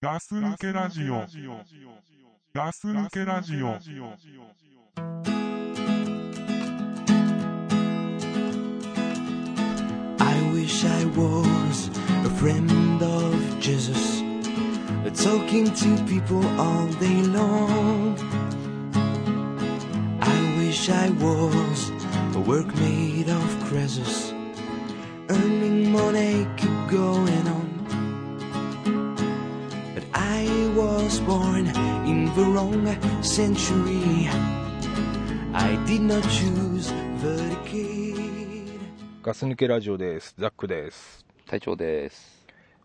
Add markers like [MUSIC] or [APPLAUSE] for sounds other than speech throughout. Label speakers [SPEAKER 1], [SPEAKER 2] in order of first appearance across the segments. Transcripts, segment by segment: [SPEAKER 1] ガス抜けラジオ。ガス抜けラジオ。
[SPEAKER 2] I wish I was a friend of Jesus, talking to people all day long. I wish I was a work made of Croesus, earning money, keep going on. But I was born in the wrong century. I did not choose the decade.
[SPEAKER 3] ガス抜けラジオです。ザックです。
[SPEAKER 4] 隊長です。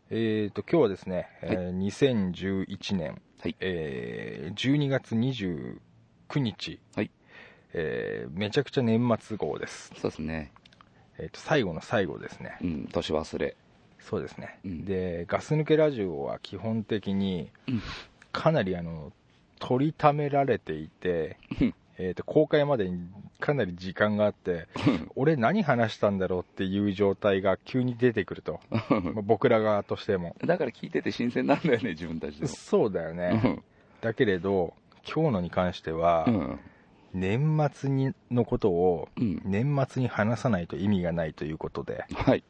[SPEAKER 3] えー、と、今日はですね、えー2011年、
[SPEAKER 4] はい
[SPEAKER 3] えー12月29日、
[SPEAKER 4] はい
[SPEAKER 3] えーめちゃくちゃ年末号です。
[SPEAKER 4] そうですね。
[SPEAKER 3] えーと、最後の最後ですね。
[SPEAKER 4] うん、年忘れ。
[SPEAKER 3] そうですね。
[SPEAKER 4] うん
[SPEAKER 3] で、ガス抜けラジオは基本的に
[SPEAKER 4] うん、
[SPEAKER 3] かなりあの、取りためられていて
[SPEAKER 4] うん、
[SPEAKER 3] えーと、公開までにかなり時間があって、俺何話したんだろうっていう状態が急に出てくると。まあ僕ら側としても。
[SPEAKER 4] だから聞いてて新鮮なんだよね、自分たちでも。
[SPEAKER 3] そうだよね。だけれど、今日のに関しては
[SPEAKER 4] う、ん。
[SPEAKER 3] 年末にのことを、
[SPEAKER 4] うん。
[SPEAKER 3] 年末に話さないと意味がないということで、
[SPEAKER 4] はい。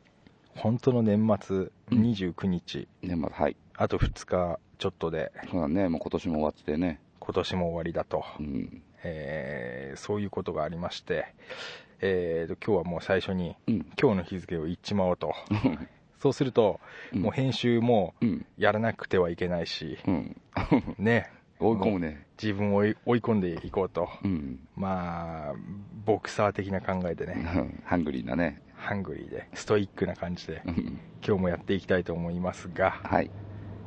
[SPEAKER 3] 本当の年末
[SPEAKER 4] うん
[SPEAKER 3] 29日、
[SPEAKER 4] ね、まあ、はい。
[SPEAKER 3] あと2日ちょっとで、
[SPEAKER 4] そうだね、もう今年も終わってね。
[SPEAKER 3] 今年も終わりだと、
[SPEAKER 4] うん。
[SPEAKER 3] えーそういうことがありまして、えーと今日はもう最初に、
[SPEAKER 4] うん。
[SPEAKER 3] 今日の日付を言っちまおう
[SPEAKER 4] [LAUGHS]
[SPEAKER 3] と。そうすると、
[SPEAKER 4] うん
[SPEAKER 3] もう編集も
[SPEAKER 4] うん。
[SPEAKER 3] やらなくてはいけないし、
[SPEAKER 4] うん。
[SPEAKER 3] ね、
[SPEAKER 4] 追い込むね。
[SPEAKER 3] 自分を追い追い込んでいこうと。
[SPEAKER 4] うん。 [LAUGHS]
[SPEAKER 3] まあ、ボクサー的な考えで
[SPEAKER 4] うん
[SPEAKER 3] ね、
[SPEAKER 4] ハングリーだね。
[SPEAKER 3] ハングリーで、ストイックな感じで
[SPEAKER 4] う、ん。
[SPEAKER 3] 今日もやっていきたいと思いますが、
[SPEAKER 4] はい。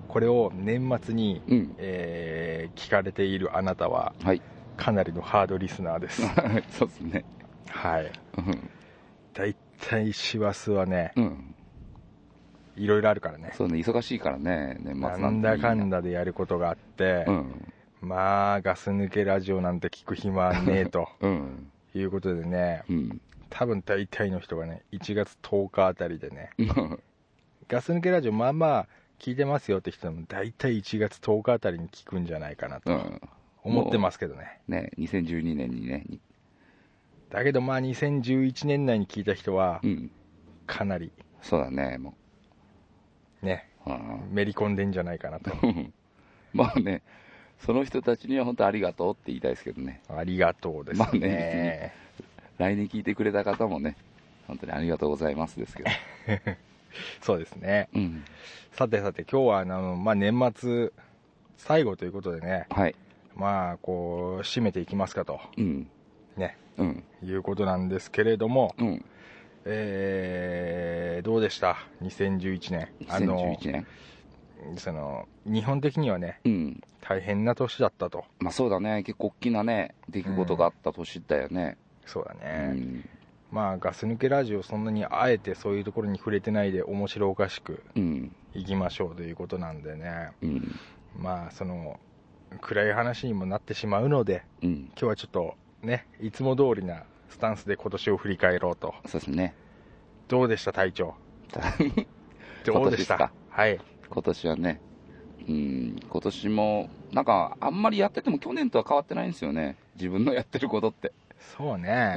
[SPEAKER 3] これを年末に、
[SPEAKER 4] うん。
[SPEAKER 3] えー聞かれているあなたは、
[SPEAKER 4] はい。 [LAUGHS]
[SPEAKER 3] かなりのハードリスナーです。
[SPEAKER 4] そうですね。
[SPEAKER 3] はい。
[SPEAKER 4] うん。
[SPEAKER 3] だいたい師走はね、
[SPEAKER 4] うん。
[SPEAKER 3] いろいろあるからね。
[SPEAKER 4] そうね、忙しいからね、年末
[SPEAKER 3] な
[SPEAKER 4] て
[SPEAKER 3] んだかんだでやることがあって、
[SPEAKER 4] うん。
[SPEAKER 3] まあ、ガス抜けラジオなんて聞く暇ねえと [LAUGHS]
[SPEAKER 4] うん。
[SPEAKER 3] いうことでね、
[SPEAKER 4] うん。
[SPEAKER 3] 多分大体の人がね、1月10日あたりでね、
[SPEAKER 4] うん。
[SPEAKER 3] ガス抜けラジオまあまあ聞いてますよって人でも大体1月10日あたりに聞くんじゃないかな
[SPEAKER 4] う
[SPEAKER 3] と
[SPEAKER 4] ん。
[SPEAKER 3] 思ってますけどね
[SPEAKER 4] ね、2012年にね、に
[SPEAKER 3] だけどまあ2011年内に聞いた人は
[SPEAKER 4] うん。
[SPEAKER 3] かなり
[SPEAKER 4] そうだね、も
[SPEAKER 3] ね
[SPEAKER 4] う。うん
[SPEAKER 3] めり込んでんじゃないか
[SPEAKER 4] [LAUGHS]
[SPEAKER 3] なと
[SPEAKER 4] まあね、その人たちには本当ありがとうって言いたいですけどね、
[SPEAKER 3] ありがとうです
[SPEAKER 4] まあ
[SPEAKER 3] ね
[SPEAKER 4] ね来年聞いてくれた方もね、本当にありがとうございますです
[SPEAKER 3] [LAUGHS]
[SPEAKER 4] けど、
[SPEAKER 3] そうですね
[SPEAKER 4] うん、
[SPEAKER 3] さてさて今日はあの、まあ、年末最後ということでね
[SPEAKER 4] はい、
[SPEAKER 3] まあこう締めていきますかと
[SPEAKER 4] うん、
[SPEAKER 3] ね
[SPEAKER 4] うん、
[SPEAKER 3] いうことなんですけれども、
[SPEAKER 4] うん、
[SPEAKER 3] えーどうでした2011年あの
[SPEAKER 4] 2011年、
[SPEAKER 3] その日本的にはね
[SPEAKER 4] うん、
[SPEAKER 3] 大変な年だったと
[SPEAKER 4] まあそうだね、結構大きなね、出来事があった年だよね、
[SPEAKER 3] そうだ
[SPEAKER 4] う
[SPEAKER 3] ね、
[SPEAKER 4] ん、
[SPEAKER 3] まあガス抜けラジオそんなにあえてそういうところに触れてないで面白おかしく
[SPEAKER 4] うん、
[SPEAKER 3] いきましょうということなんでね
[SPEAKER 4] うん、
[SPEAKER 3] まあその暗い話にもなってしまうので
[SPEAKER 4] うん、
[SPEAKER 3] 今日はちょっとねいつも通りなスタンスで今年を振り返ろうと
[SPEAKER 4] そうですね、
[SPEAKER 3] どうでした隊
[SPEAKER 4] [LAUGHS]
[SPEAKER 3] 長どうでした
[SPEAKER 4] 今年ですか
[SPEAKER 3] はい
[SPEAKER 4] 今年はね、うん、今年も、なんか、あんまりやってても去年とは変わってないんですよね、自分のやってることって。
[SPEAKER 3] そうね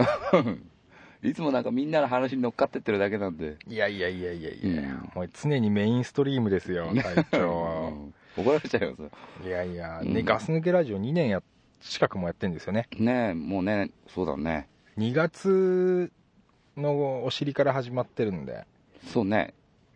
[SPEAKER 4] [LAUGHS] いつもなんかみんなの話に乗っかってってるだけなんで、
[SPEAKER 3] いやいやいやいやいや、
[SPEAKER 4] うん
[SPEAKER 3] もう常にメインストリームですよ隊長
[SPEAKER 4] う
[SPEAKER 3] は
[SPEAKER 4] [LAUGHS] ん怒られちゃいますよ
[SPEAKER 3] いやいや、ね
[SPEAKER 4] うん
[SPEAKER 3] ガス抜けラジオ2年や近くもやってんですよね
[SPEAKER 4] ねえ、もうね、そうだね、
[SPEAKER 3] 2月のお尻から始まってるんで
[SPEAKER 4] そうね、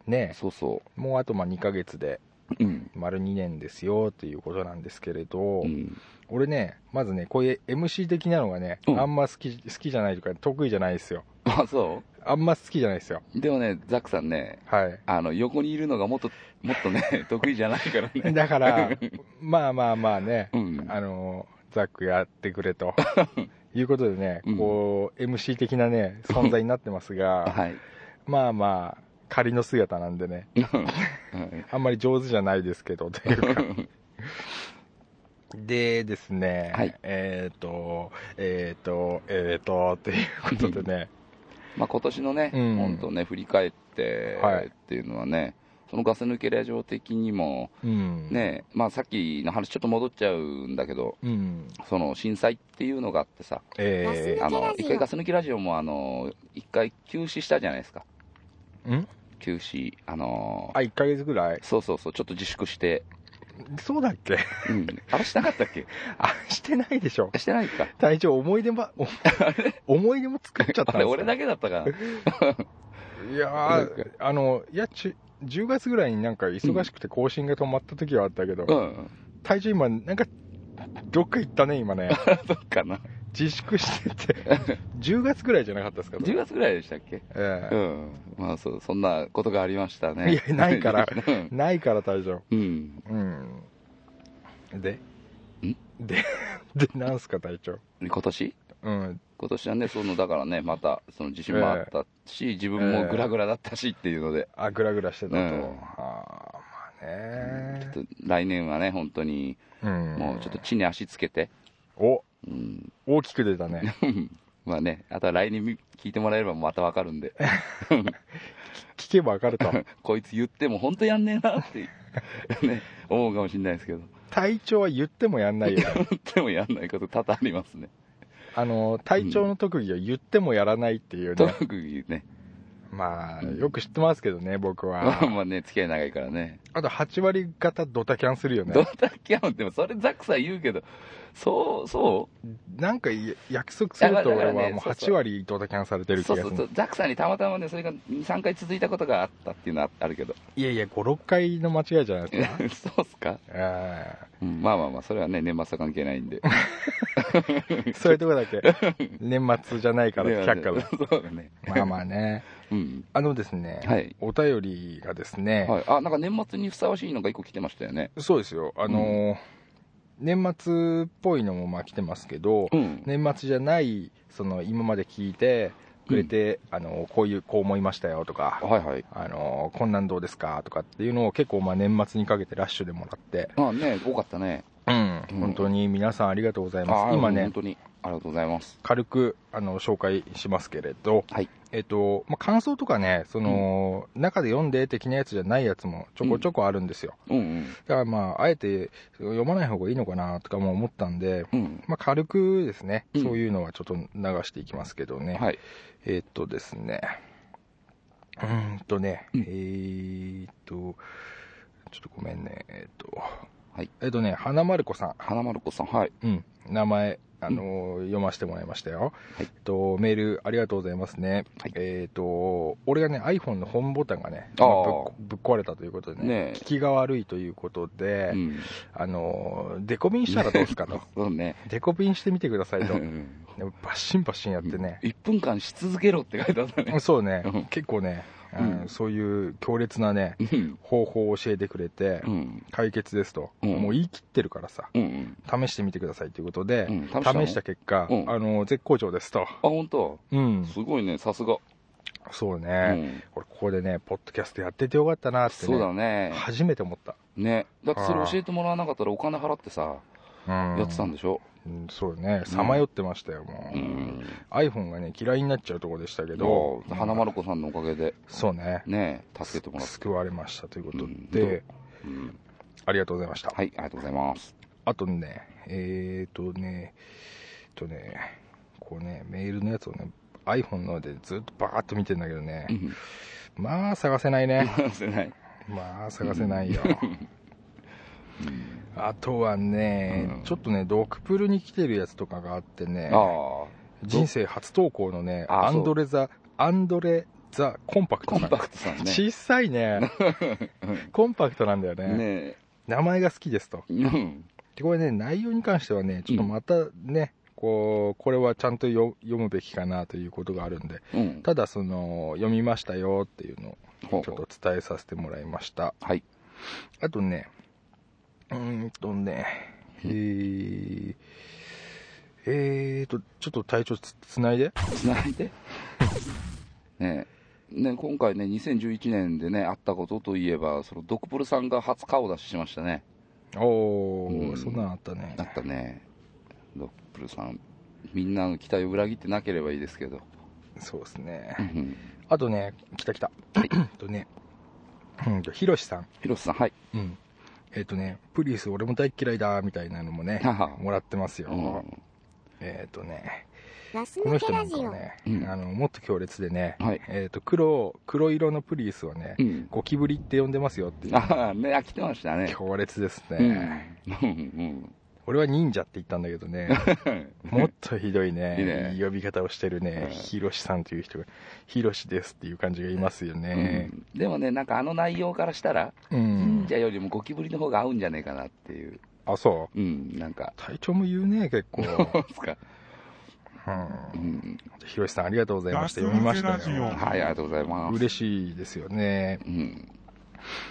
[SPEAKER 3] ね
[SPEAKER 4] そうそ
[SPEAKER 3] もうあとまあ2ヶ月で
[SPEAKER 4] う、うん、
[SPEAKER 3] 丸2年ですよということなんですけれど、
[SPEAKER 4] うん、
[SPEAKER 3] 俺ねまずねこういう MC 的なのがね、
[SPEAKER 4] うん
[SPEAKER 3] あんま好き好きじゃないというか得意じゃないですよ
[SPEAKER 4] あそ
[SPEAKER 3] あんま好きじゃないですよ
[SPEAKER 4] う、でもね、ザックさんね、 [LAUGHS]
[SPEAKER 3] はい
[SPEAKER 4] あの横にいるのがもっと、もっとね、 [LAUGHS] 得意じゃないからね、
[SPEAKER 3] だから
[SPEAKER 4] [LAUGHS]
[SPEAKER 3] まあまあまあね、
[SPEAKER 4] うん、
[SPEAKER 3] あのザックやってくれ
[SPEAKER 4] [LAUGHS]
[SPEAKER 3] ということでね、
[SPEAKER 4] うん
[SPEAKER 3] こう MC 的なね存在になってますが
[SPEAKER 4] [LAUGHS] はい、
[SPEAKER 3] まあまあ、仮の姿なんでね、
[SPEAKER 4] はい
[SPEAKER 3] あんまり上手じゃないですけど、という
[SPEAKER 4] [LAUGHS]
[SPEAKER 3] か。でですね、
[SPEAKER 4] はい
[SPEAKER 3] えっ、と、えっ、と、えっ、と、ということでね、
[SPEAKER 4] まあ今年のね、
[SPEAKER 3] うん
[SPEAKER 4] 本当ね、振り返って
[SPEAKER 3] はい
[SPEAKER 4] っていうのはね、そのガス抜けラジオ的にも、
[SPEAKER 3] うん。。
[SPEAKER 4] ねまあ、さっきの話、ちょっと戻っちゃうんだけど、
[SPEAKER 3] うん。
[SPEAKER 4] その震災っていうのがあってさ、
[SPEAKER 3] え
[SPEAKER 4] あの
[SPEAKER 5] ガス抜きラジオ
[SPEAKER 4] 一回ガス抜きラジオもあの一回休止したじゃないですか、
[SPEAKER 3] えん
[SPEAKER 4] 休止、あの
[SPEAKER 3] あ、1ヶ月ぐらい
[SPEAKER 4] そうそうそう、ちょっと自粛して、
[SPEAKER 3] そうだっけ [LAUGHS]
[SPEAKER 4] うん、あれしなかったっけ
[SPEAKER 3] あ、してないでしょ。
[SPEAKER 4] してないか。
[SPEAKER 3] 隊長、思い出
[SPEAKER 4] [LAUGHS]
[SPEAKER 3] ば、お思い出も作っちゃったん
[SPEAKER 4] あ
[SPEAKER 3] で
[SPEAKER 4] れ、
[SPEAKER 3] す
[SPEAKER 4] 俺だ
[SPEAKER 3] け
[SPEAKER 4] けだったかな。
[SPEAKER 3] いやー、あの、いや、ち10月ぐらいになんか忙しくて更新が止まった時はあったけど、
[SPEAKER 4] うん。
[SPEAKER 3] 隊長今、なんか、どっか行ったね、今
[SPEAKER 4] [LAUGHS]
[SPEAKER 3] ね。
[SPEAKER 4] どうかな。
[SPEAKER 3] 自粛してて、10月ぐらいじゃなかったですか、
[SPEAKER 4] 10月ぐらいでしたっけ
[SPEAKER 3] え
[SPEAKER 4] う
[SPEAKER 3] え
[SPEAKER 4] ん。まあ、そう、そんなことがありましたね。
[SPEAKER 3] いやない
[SPEAKER 4] [LAUGHS]
[SPEAKER 3] から
[SPEAKER 4] うん
[SPEAKER 3] ないから、隊長。
[SPEAKER 4] うん。
[SPEAKER 3] うん。で
[SPEAKER 4] ん
[SPEAKER 3] で、で、なんすか、隊長。
[SPEAKER 4] 今年
[SPEAKER 3] うん。
[SPEAKER 4] 今年はね、その、だからね、また、その地震もあったし、自分もグラグラだったしっていうので、
[SPEAKER 3] あ、ぐらぐらしてたと。
[SPEAKER 4] うん
[SPEAKER 3] あーまあね
[SPEAKER 4] ちょっと来年はね、本当に、
[SPEAKER 3] うん。
[SPEAKER 4] もうちょっと地に足つけて、
[SPEAKER 3] お、
[SPEAKER 4] うん。
[SPEAKER 3] 大きく出た
[SPEAKER 4] [LAUGHS]
[SPEAKER 3] ね。
[SPEAKER 4] まあね、あとは来年み聞いてもらえればまたわかるんで、
[SPEAKER 3] 聞けばわかると。
[SPEAKER 4] こいつ言っても本当やんねえなって、ね、思うかもしれないですけど、
[SPEAKER 3] 隊長は言ってもやんないよ。
[SPEAKER 4] [LAUGHS] でもやんないこと多々ありますね。
[SPEAKER 3] あの、隊長の特技は言ってもやらないっていうね。
[SPEAKER 4] 特にね、
[SPEAKER 3] まあ、
[SPEAKER 4] うん
[SPEAKER 3] よく知ってますけどね、僕
[SPEAKER 4] まあ
[SPEAKER 3] は。
[SPEAKER 4] まあね、付き合い長いからね。
[SPEAKER 3] あと8割方ドタキャンするよ
[SPEAKER 4] ド
[SPEAKER 3] ね。
[SPEAKER 4] タキャンでもそれザクさん言うけど、そう、そ
[SPEAKER 3] なんかい約束すると
[SPEAKER 4] いやだか
[SPEAKER 3] 俺
[SPEAKER 4] らね
[SPEAKER 3] はもう
[SPEAKER 4] そうそ
[SPEAKER 3] 8
[SPEAKER 4] う
[SPEAKER 3] 割ドタキャンされて
[SPEAKER 4] う
[SPEAKER 3] る気
[SPEAKER 4] そ
[SPEAKER 3] がす
[SPEAKER 4] うそうそ
[SPEAKER 3] る
[SPEAKER 4] う。、ザクさんにたまたまね、それが2、3回続いたことがあったっていうのはあるけど。
[SPEAKER 3] いやいや、5、6回の間違いじゃないですか。
[SPEAKER 4] [LAUGHS] そうっすか、
[SPEAKER 3] え
[SPEAKER 4] うんまあまあまあ、それはね、年末は関係ないんで。
[SPEAKER 3] えそういうとこだけ、
[SPEAKER 4] [LAUGHS]
[SPEAKER 3] 年末じゃないから、却下だ。
[SPEAKER 4] そうだね。
[SPEAKER 3] まあまあね。
[SPEAKER 4] うん。
[SPEAKER 3] あのですね、
[SPEAKER 4] はい
[SPEAKER 3] お便りがですね、
[SPEAKER 4] はい。あ、なんか年末にふさわしいのが一個来てましたよね。
[SPEAKER 3] そうですよ、あのー年末っぽいのもまあ来てますけど、
[SPEAKER 4] うん。
[SPEAKER 3] 年末じゃない、その今まで聞いてくれて、あのーこういう、こう思いましたよとか、
[SPEAKER 4] はいはい。
[SPEAKER 3] あのーこんなんどうですかとかっていうのを結構まあ年末にかけてラッシュでもらって、
[SPEAKER 4] あね、多かったね。
[SPEAKER 3] うん、本当に皆さんありがとうございます。
[SPEAKER 4] あ
[SPEAKER 3] 今ね
[SPEAKER 4] 本、当に。ありがとうございます。
[SPEAKER 3] 軽くあの紹介しますけれど、
[SPEAKER 4] はい
[SPEAKER 3] えっとまあ、感想とかねその、中で読んで的なやつじゃないやつもちょこちょこあるんですよ、
[SPEAKER 4] うんうん。
[SPEAKER 3] だからまああえて読まない方がいいのかなとかも思ったんで、
[SPEAKER 4] うん。
[SPEAKER 3] まあ、軽くですね、
[SPEAKER 4] うん
[SPEAKER 3] そういうのはちょっと流していきますけどね、
[SPEAKER 4] はい。
[SPEAKER 3] えっとですねうーんとね、
[SPEAKER 4] うん
[SPEAKER 3] えーっとちょっとごめんねえーっと
[SPEAKER 4] はい
[SPEAKER 3] えーっとね花丸子さん
[SPEAKER 4] 花丸子さん、はい。
[SPEAKER 3] うん、名前、あのー読ませてもらいましたよ、
[SPEAKER 4] はい
[SPEAKER 3] えっと、メールありがとうございますね、
[SPEAKER 4] はい
[SPEAKER 3] えっと俺がね iPhone のホームボタンがね、
[SPEAKER 4] あー
[SPEAKER 3] まあぶっぶっ壊れたということでね
[SPEAKER 4] ね
[SPEAKER 3] 聞きが悪いということで、
[SPEAKER 4] うん。
[SPEAKER 3] あのーデコピンしたらどうですかと
[SPEAKER 4] そう
[SPEAKER 3] [LAUGHS]
[SPEAKER 4] ね。
[SPEAKER 3] デコピンしてみてくださいと
[SPEAKER 4] う
[SPEAKER 3] で
[SPEAKER 4] ん
[SPEAKER 3] もバッシンバッシンやってね、
[SPEAKER 4] 1分間し続けろって書いてあったね。
[SPEAKER 3] そうね、
[SPEAKER 4] うん
[SPEAKER 3] 結構ね、あの
[SPEAKER 4] うん
[SPEAKER 3] そう [LAUGHS] いう強烈なね
[SPEAKER 4] うん。
[SPEAKER 3] 方法を教えてくれて、
[SPEAKER 4] うん。
[SPEAKER 3] 解決ですと、
[SPEAKER 4] うん
[SPEAKER 3] もう言い切ってるからさ
[SPEAKER 4] うん。
[SPEAKER 3] 試してみてくださいということで、
[SPEAKER 4] うん。試したの
[SPEAKER 3] 試した結果、
[SPEAKER 4] うん
[SPEAKER 3] あの絶好調ですと、
[SPEAKER 4] あ、本当。
[SPEAKER 3] うん、
[SPEAKER 4] すごいね、さすが。
[SPEAKER 3] そう
[SPEAKER 4] う
[SPEAKER 3] ね、
[SPEAKER 4] ん。
[SPEAKER 3] これここでね、ポッドキャストやっててよかったなって、ね
[SPEAKER 4] そうだね。
[SPEAKER 3] 初めて思った、
[SPEAKER 4] ね。だってそ
[SPEAKER 3] あ
[SPEAKER 4] れ
[SPEAKER 3] ー
[SPEAKER 4] 教えてもらわなかったらお金払ってさ、
[SPEAKER 3] うん
[SPEAKER 4] やってたんでしょ。
[SPEAKER 3] うんそうね、さまよってましたよ、もう、
[SPEAKER 4] うん。
[SPEAKER 3] iPhone がね、嫌いになっちゃうところでしたけど
[SPEAKER 4] ど、う花丸子さんのおかげで、
[SPEAKER 3] そうね、
[SPEAKER 4] ね、助けてもらって。
[SPEAKER 3] 救われましたということ
[SPEAKER 4] う
[SPEAKER 3] で、
[SPEAKER 4] んうん
[SPEAKER 3] ありがとうございました。
[SPEAKER 4] はい、ありがとうございます。
[SPEAKER 3] あとね、えーとね、えっとね、こうね、メールのやつをね、iPhone のでずっとバーっと見てんだけどね、
[SPEAKER 4] うん [LAUGHS]
[SPEAKER 3] まあ探せないね。
[SPEAKER 4] 話せない。
[SPEAKER 3] まあ探せないよ、あとはね、
[SPEAKER 4] うん
[SPEAKER 3] ちょっとねドクプルに来てるやつとかがあってね
[SPEAKER 4] ああ、
[SPEAKER 3] 人生初投稿のね
[SPEAKER 4] あ
[SPEAKER 3] アンドレザアンドレザコンパクト
[SPEAKER 4] コ
[SPEAKER 3] さ
[SPEAKER 4] ン
[SPEAKER 3] ん
[SPEAKER 4] パクトさんね。
[SPEAKER 3] 小さいねコンパクトなんだよね
[SPEAKER 4] ね
[SPEAKER 3] 名前が好きですと
[SPEAKER 4] うん。
[SPEAKER 3] でこれね内容に関してはねちょっとまたね、こうこれはちゃんとよ読むべきかなということがあるんで
[SPEAKER 4] うん。
[SPEAKER 3] ただその読みましたよっていうの
[SPEAKER 4] ほ
[SPEAKER 3] を
[SPEAKER 4] う
[SPEAKER 3] ち
[SPEAKER 4] ほ
[SPEAKER 3] ょっ
[SPEAKER 4] う
[SPEAKER 3] と伝えさせてもらいました
[SPEAKER 4] はい。
[SPEAKER 3] あとね、うーんとね、えー、えーと、ちょっと体調つつないで。
[SPEAKER 4] つないで。ねね今回ね、2011年でね、あったことといえば、そのドクプルさんが初顔出ししましたね。
[SPEAKER 3] おー、
[SPEAKER 4] うん
[SPEAKER 3] そんなのあったね
[SPEAKER 4] あ。ったね。ドクプルさん。みんなの期待を裏切ってなければいいですけど。
[SPEAKER 3] そうですね
[SPEAKER 4] う。ん
[SPEAKER 3] [CLEARS THROAT] あとね、来た来た。えっとね、うんと、ヒロシさん。
[SPEAKER 4] 広瀬さん、はい。
[SPEAKER 3] うん。えっ、とね、プリウス俺も大っ嫌いだ、みたいなのもね
[SPEAKER 4] はは、
[SPEAKER 3] もらってますよ。
[SPEAKER 4] うん
[SPEAKER 3] えっ、とね、
[SPEAKER 5] ガス
[SPEAKER 3] この
[SPEAKER 5] 抜け
[SPEAKER 3] 人な
[SPEAKER 5] ラ
[SPEAKER 3] ん
[SPEAKER 5] ジ
[SPEAKER 3] かは
[SPEAKER 5] オ。
[SPEAKER 3] ね、
[SPEAKER 4] うん
[SPEAKER 3] あの、もっと強烈でね、
[SPEAKER 4] はい
[SPEAKER 3] えっ、と、黒、黒色のプリウスはね、
[SPEAKER 4] うん。
[SPEAKER 3] ゴキブリって呼んでますよっていう。
[SPEAKER 4] ああ、ね、飽きてましたね。
[SPEAKER 3] 強烈ですね、
[SPEAKER 4] うん。うん
[SPEAKER 3] 俺は忍者って言ったんだけど
[SPEAKER 4] [LAUGHS]
[SPEAKER 3] ね、もっとひどいね、
[SPEAKER 4] いいね
[SPEAKER 3] 呼び方をしてるね
[SPEAKER 4] う、ん
[SPEAKER 3] ヒロシさんという人が、ヒロシですっていう感じがいますよ
[SPEAKER 4] う
[SPEAKER 3] ね。
[SPEAKER 4] ん。でもね、なんかあの内容からしたら、
[SPEAKER 3] うん。
[SPEAKER 4] 忍者よりもゴキブリの方が合うんじゃねえかなっていう。
[SPEAKER 3] あ、そう。
[SPEAKER 4] うん、なんか。
[SPEAKER 3] 体調も言うね、結
[SPEAKER 4] [LAUGHS]
[SPEAKER 3] 構。
[SPEAKER 4] そうですか。
[SPEAKER 3] う。
[SPEAKER 4] うんん。
[SPEAKER 3] ヒロシさんありがとうございました。
[SPEAKER 1] ガス
[SPEAKER 3] 読みました
[SPEAKER 1] ラジオ
[SPEAKER 3] よ。
[SPEAKER 4] はい、ありがとうございます。
[SPEAKER 3] 嬉しいですよね。
[SPEAKER 4] うん。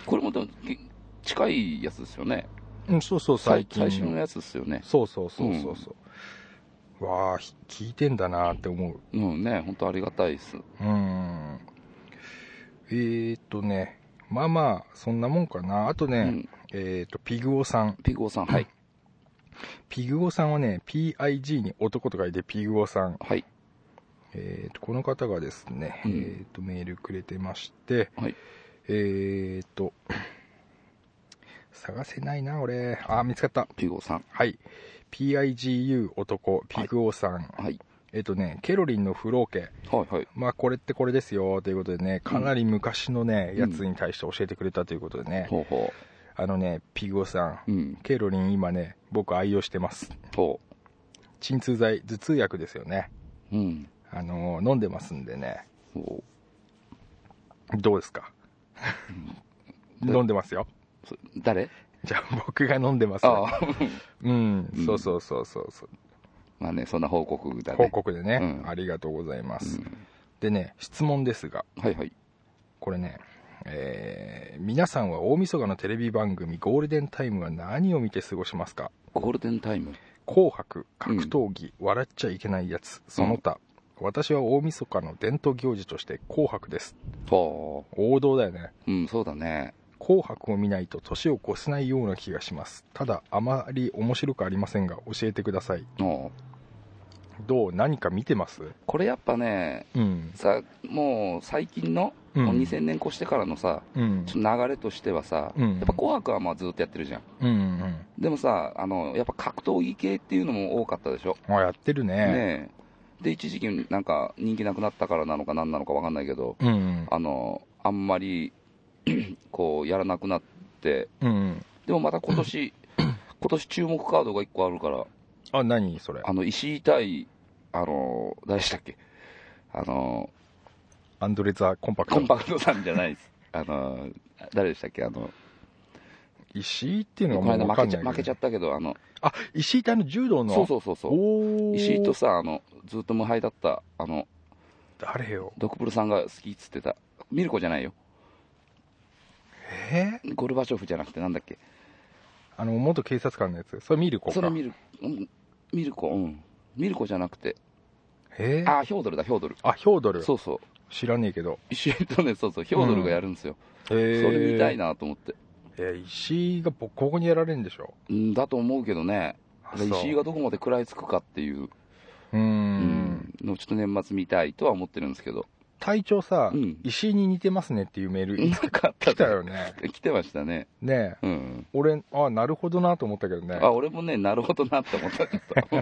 [SPEAKER 4] これもでもき近いやつですよね。
[SPEAKER 3] うん、そうそう、最
[SPEAKER 4] 最
[SPEAKER 3] 近
[SPEAKER 4] 最
[SPEAKER 3] の。
[SPEAKER 4] 新のやつですよね。
[SPEAKER 3] そうそうそうそうそう。わあ、ひ聞いてんだなって思う。
[SPEAKER 4] うんね、本当ありがたいです。
[SPEAKER 3] うん。えー、っとね、まあまあ、そんなもんかな。あとね、
[SPEAKER 4] うん
[SPEAKER 3] えーっと、ピグオさん。
[SPEAKER 4] ピグオさん、はい。
[SPEAKER 3] ピグオさんはね、PIG に男と書いてピグオさん。
[SPEAKER 4] はい。
[SPEAKER 3] えー、とこの方がですね、
[SPEAKER 4] うん
[SPEAKER 3] えー、とメールくれてまして、
[SPEAKER 4] はい
[SPEAKER 3] えー、と、探せないな、俺。あー、見つかった。
[SPEAKER 4] ピグオさん。
[SPEAKER 3] はい。PIGU 男、ピグオさん。
[SPEAKER 4] はい。
[SPEAKER 3] えっ、とね、ケロリンの不老家。
[SPEAKER 4] はい、はい。
[SPEAKER 3] まあ、これってこれですよ、ということでね、かなり昔のね、
[SPEAKER 4] うん
[SPEAKER 3] やつに対して教えてくれたということでね、
[SPEAKER 4] ほうほ
[SPEAKER 3] あのね、ピグオさん、
[SPEAKER 4] う。うん。
[SPEAKER 3] ケロリン今ね、僕愛用してます。
[SPEAKER 4] ほ
[SPEAKER 3] 鎮痛剤、頭痛薬ですよね。
[SPEAKER 4] う。うん。
[SPEAKER 3] あのー飲んでますんでね、
[SPEAKER 4] ほ
[SPEAKER 3] どうですか
[SPEAKER 4] うん
[SPEAKER 3] 飲んでますよ。
[SPEAKER 4] う。そ誰
[SPEAKER 3] じゃあ僕が飲んでます。
[SPEAKER 4] あ [LAUGHS] あ。
[SPEAKER 3] うん
[SPEAKER 4] う、ん
[SPEAKER 3] そうそうそうそうそう。
[SPEAKER 4] まあね、そんな報告だね。
[SPEAKER 3] 報告でね、
[SPEAKER 4] うん
[SPEAKER 3] ありがとうございま
[SPEAKER 4] う
[SPEAKER 3] す、
[SPEAKER 4] ん
[SPEAKER 3] でね、質問ですが、
[SPEAKER 4] はい、はい。
[SPEAKER 3] これね、えー皆さんは大晦日のテレビ番組ゴールデンタイムは何を見て過ごしますか
[SPEAKER 4] ゴールデンタイム。
[SPEAKER 3] 紅白、格闘技、笑っちゃいけないやつ、その他。私は大晦日の伝統行事として紅白です。
[SPEAKER 4] ほ
[SPEAKER 3] 王道だよね。
[SPEAKER 4] う。うん、そうだね。
[SPEAKER 3] 紅白を見ないと年を越せないような気がしますただあまり面白くありませんが教えてください
[SPEAKER 4] ほう
[SPEAKER 3] どう何か見てます
[SPEAKER 4] これやっぱね、
[SPEAKER 3] うん
[SPEAKER 4] さ、もう最近の、
[SPEAKER 3] うん
[SPEAKER 4] もう2000年越してからのさ、
[SPEAKER 3] うん
[SPEAKER 4] ちょっと流れとしてはさ、
[SPEAKER 3] うん
[SPEAKER 4] やっぱ紅白はまあずっとやってるじゃん。
[SPEAKER 3] うんうん
[SPEAKER 4] でもさ、あの、やっぱ格闘技系っていうのも多かったでしょ。
[SPEAKER 3] あやってるね
[SPEAKER 4] ねえ。で、一時期なんか人気なくなったからなのか何なのかわかんないけど、
[SPEAKER 3] うん
[SPEAKER 4] あの、あんまり、 [CLEARS THROAT] こう、やらなくなって、
[SPEAKER 3] うんうん
[SPEAKER 4] でもまた
[SPEAKER 3] [COUGHS]
[SPEAKER 4] 今年、今年注目カードが1個あるから、
[SPEAKER 3] あ何それ
[SPEAKER 4] あの、石井対、あの、誰でしたっけあの、
[SPEAKER 3] アンドレザーコンパクト
[SPEAKER 4] コンパクトさんじゃないです。あの、誰でしたっけあの、
[SPEAKER 3] 石井っていうの
[SPEAKER 4] こ
[SPEAKER 3] が
[SPEAKER 4] の
[SPEAKER 3] もう
[SPEAKER 4] 間
[SPEAKER 3] 分
[SPEAKER 4] 負
[SPEAKER 3] か
[SPEAKER 4] け
[SPEAKER 3] ん
[SPEAKER 4] ち
[SPEAKER 3] な
[SPEAKER 4] ゃ
[SPEAKER 3] い
[SPEAKER 4] 負けちゃ
[SPEAKER 3] ゃ
[SPEAKER 4] ったけど、あの、
[SPEAKER 3] あ石井ってあの柔道の
[SPEAKER 4] そうそうそうそう。
[SPEAKER 3] おー
[SPEAKER 4] 石井とさ、あの、ずっと無敗だった、あの、
[SPEAKER 3] 誰よ
[SPEAKER 4] ドクプルさんが好きっつってた、ミルコじゃないよ、
[SPEAKER 3] えー
[SPEAKER 4] ゴルバチョフじゃなくて、なんだっけ、
[SPEAKER 3] あの元警察官のやつそれ見る子
[SPEAKER 4] そ
[SPEAKER 3] か
[SPEAKER 4] れミル,、うん、ミルコ、うん、ミルコじゃなくて、
[SPEAKER 3] えー
[SPEAKER 4] あー、ヒョードルだ、ヒョードル、
[SPEAKER 3] あヒョードル
[SPEAKER 4] そうそう、
[SPEAKER 3] 知らねえけど
[SPEAKER 4] 石井とね、そうそう、ヒョードルがやるんですよ、
[SPEAKER 3] そ
[SPEAKER 4] それ見たいなと思って、
[SPEAKER 3] 石井がボッコボコにやられるんでしょ
[SPEAKER 4] うん、だと思うけどね、
[SPEAKER 3] あそう
[SPEAKER 4] 石井がどこまで食らいつくかっていう、
[SPEAKER 3] うー
[SPEAKER 4] うん
[SPEAKER 3] ん
[SPEAKER 4] のをちょっと年末見たいとは思ってるんですけど、
[SPEAKER 3] 隊長さ、
[SPEAKER 4] うん
[SPEAKER 3] 石井に似てますねっていうメールい
[SPEAKER 4] な
[SPEAKER 3] つ
[SPEAKER 4] かった
[SPEAKER 3] 来たよね。
[SPEAKER 4] [LAUGHS] 来てましたね、
[SPEAKER 3] ねえ。
[SPEAKER 4] うん、
[SPEAKER 3] 俺、あなるほどなと思ったけどね。
[SPEAKER 4] あ俺もね、なるほどなって思った、ちょっ
[SPEAKER 3] [LAUGHS]
[SPEAKER 4] と。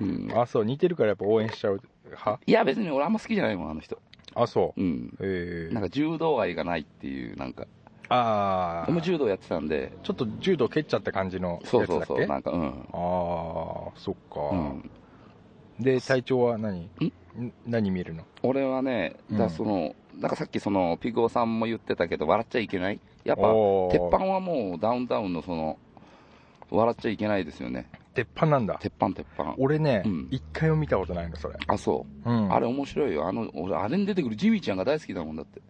[SPEAKER 4] うん
[SPEAKER 3] あ、そう、似てるからやっぱ応援しちゃう。はい
[SPEAKER 4] や、別に俺あんま好きじゃないもん、あの人。
[SPEAKER 3] あ、そ
[SPEAKER 4] うん。
[SPEAKER 3] う。ええ
[SPEAKER 4] なんか柔道愛がないっていう、なんか。
[SPEAKER 3] あ
[SPEAKER 4] 俺も
[SPEAKER 3] あ。ち
[SPEAKER 4] 柔道やってたんで、
[SPEAKER 3] ょっと柔道蹴っちゃった感じのやつだ
[SPEAKER 4] そ
[SPEAKER 3] っ
[SPEAKER 4] う
[SPEAKER 3] け
[SPEAKER 4] そうそう、なんか、うん。
[SPEAKER 3] ああ、そっか。
[SPEAKER 4] うん、
[SPEAKER 3] で、隊長は何ん何見るの
[SPEAKER 4] 俺はね、だからその、なんかさっきその、ピグオさんも言ってたけど、笑っちゃいけないやっぱ、
[SPEAKER 3] おー
[SPEAKER 4] 鉄板はもうダウンタウンのその、笑っちゃいけないですよね。
[SPEAKER 3] 鉄板なんだ。
[SPEAKER 4] 鉄板、鉄板。
[SPEAKER 3] 俺ね
[SPEAKER 4] うん、
[SPEAKER 3] 一、回も見たことないの、それ。
[SPEAKER 4] あ、そうう。
[SPEAKER 3] ん。
[SPEAKER 4] あれ面白いよ。あの、俺、あれに出てくるジミーちゃんが大好きだもんだって。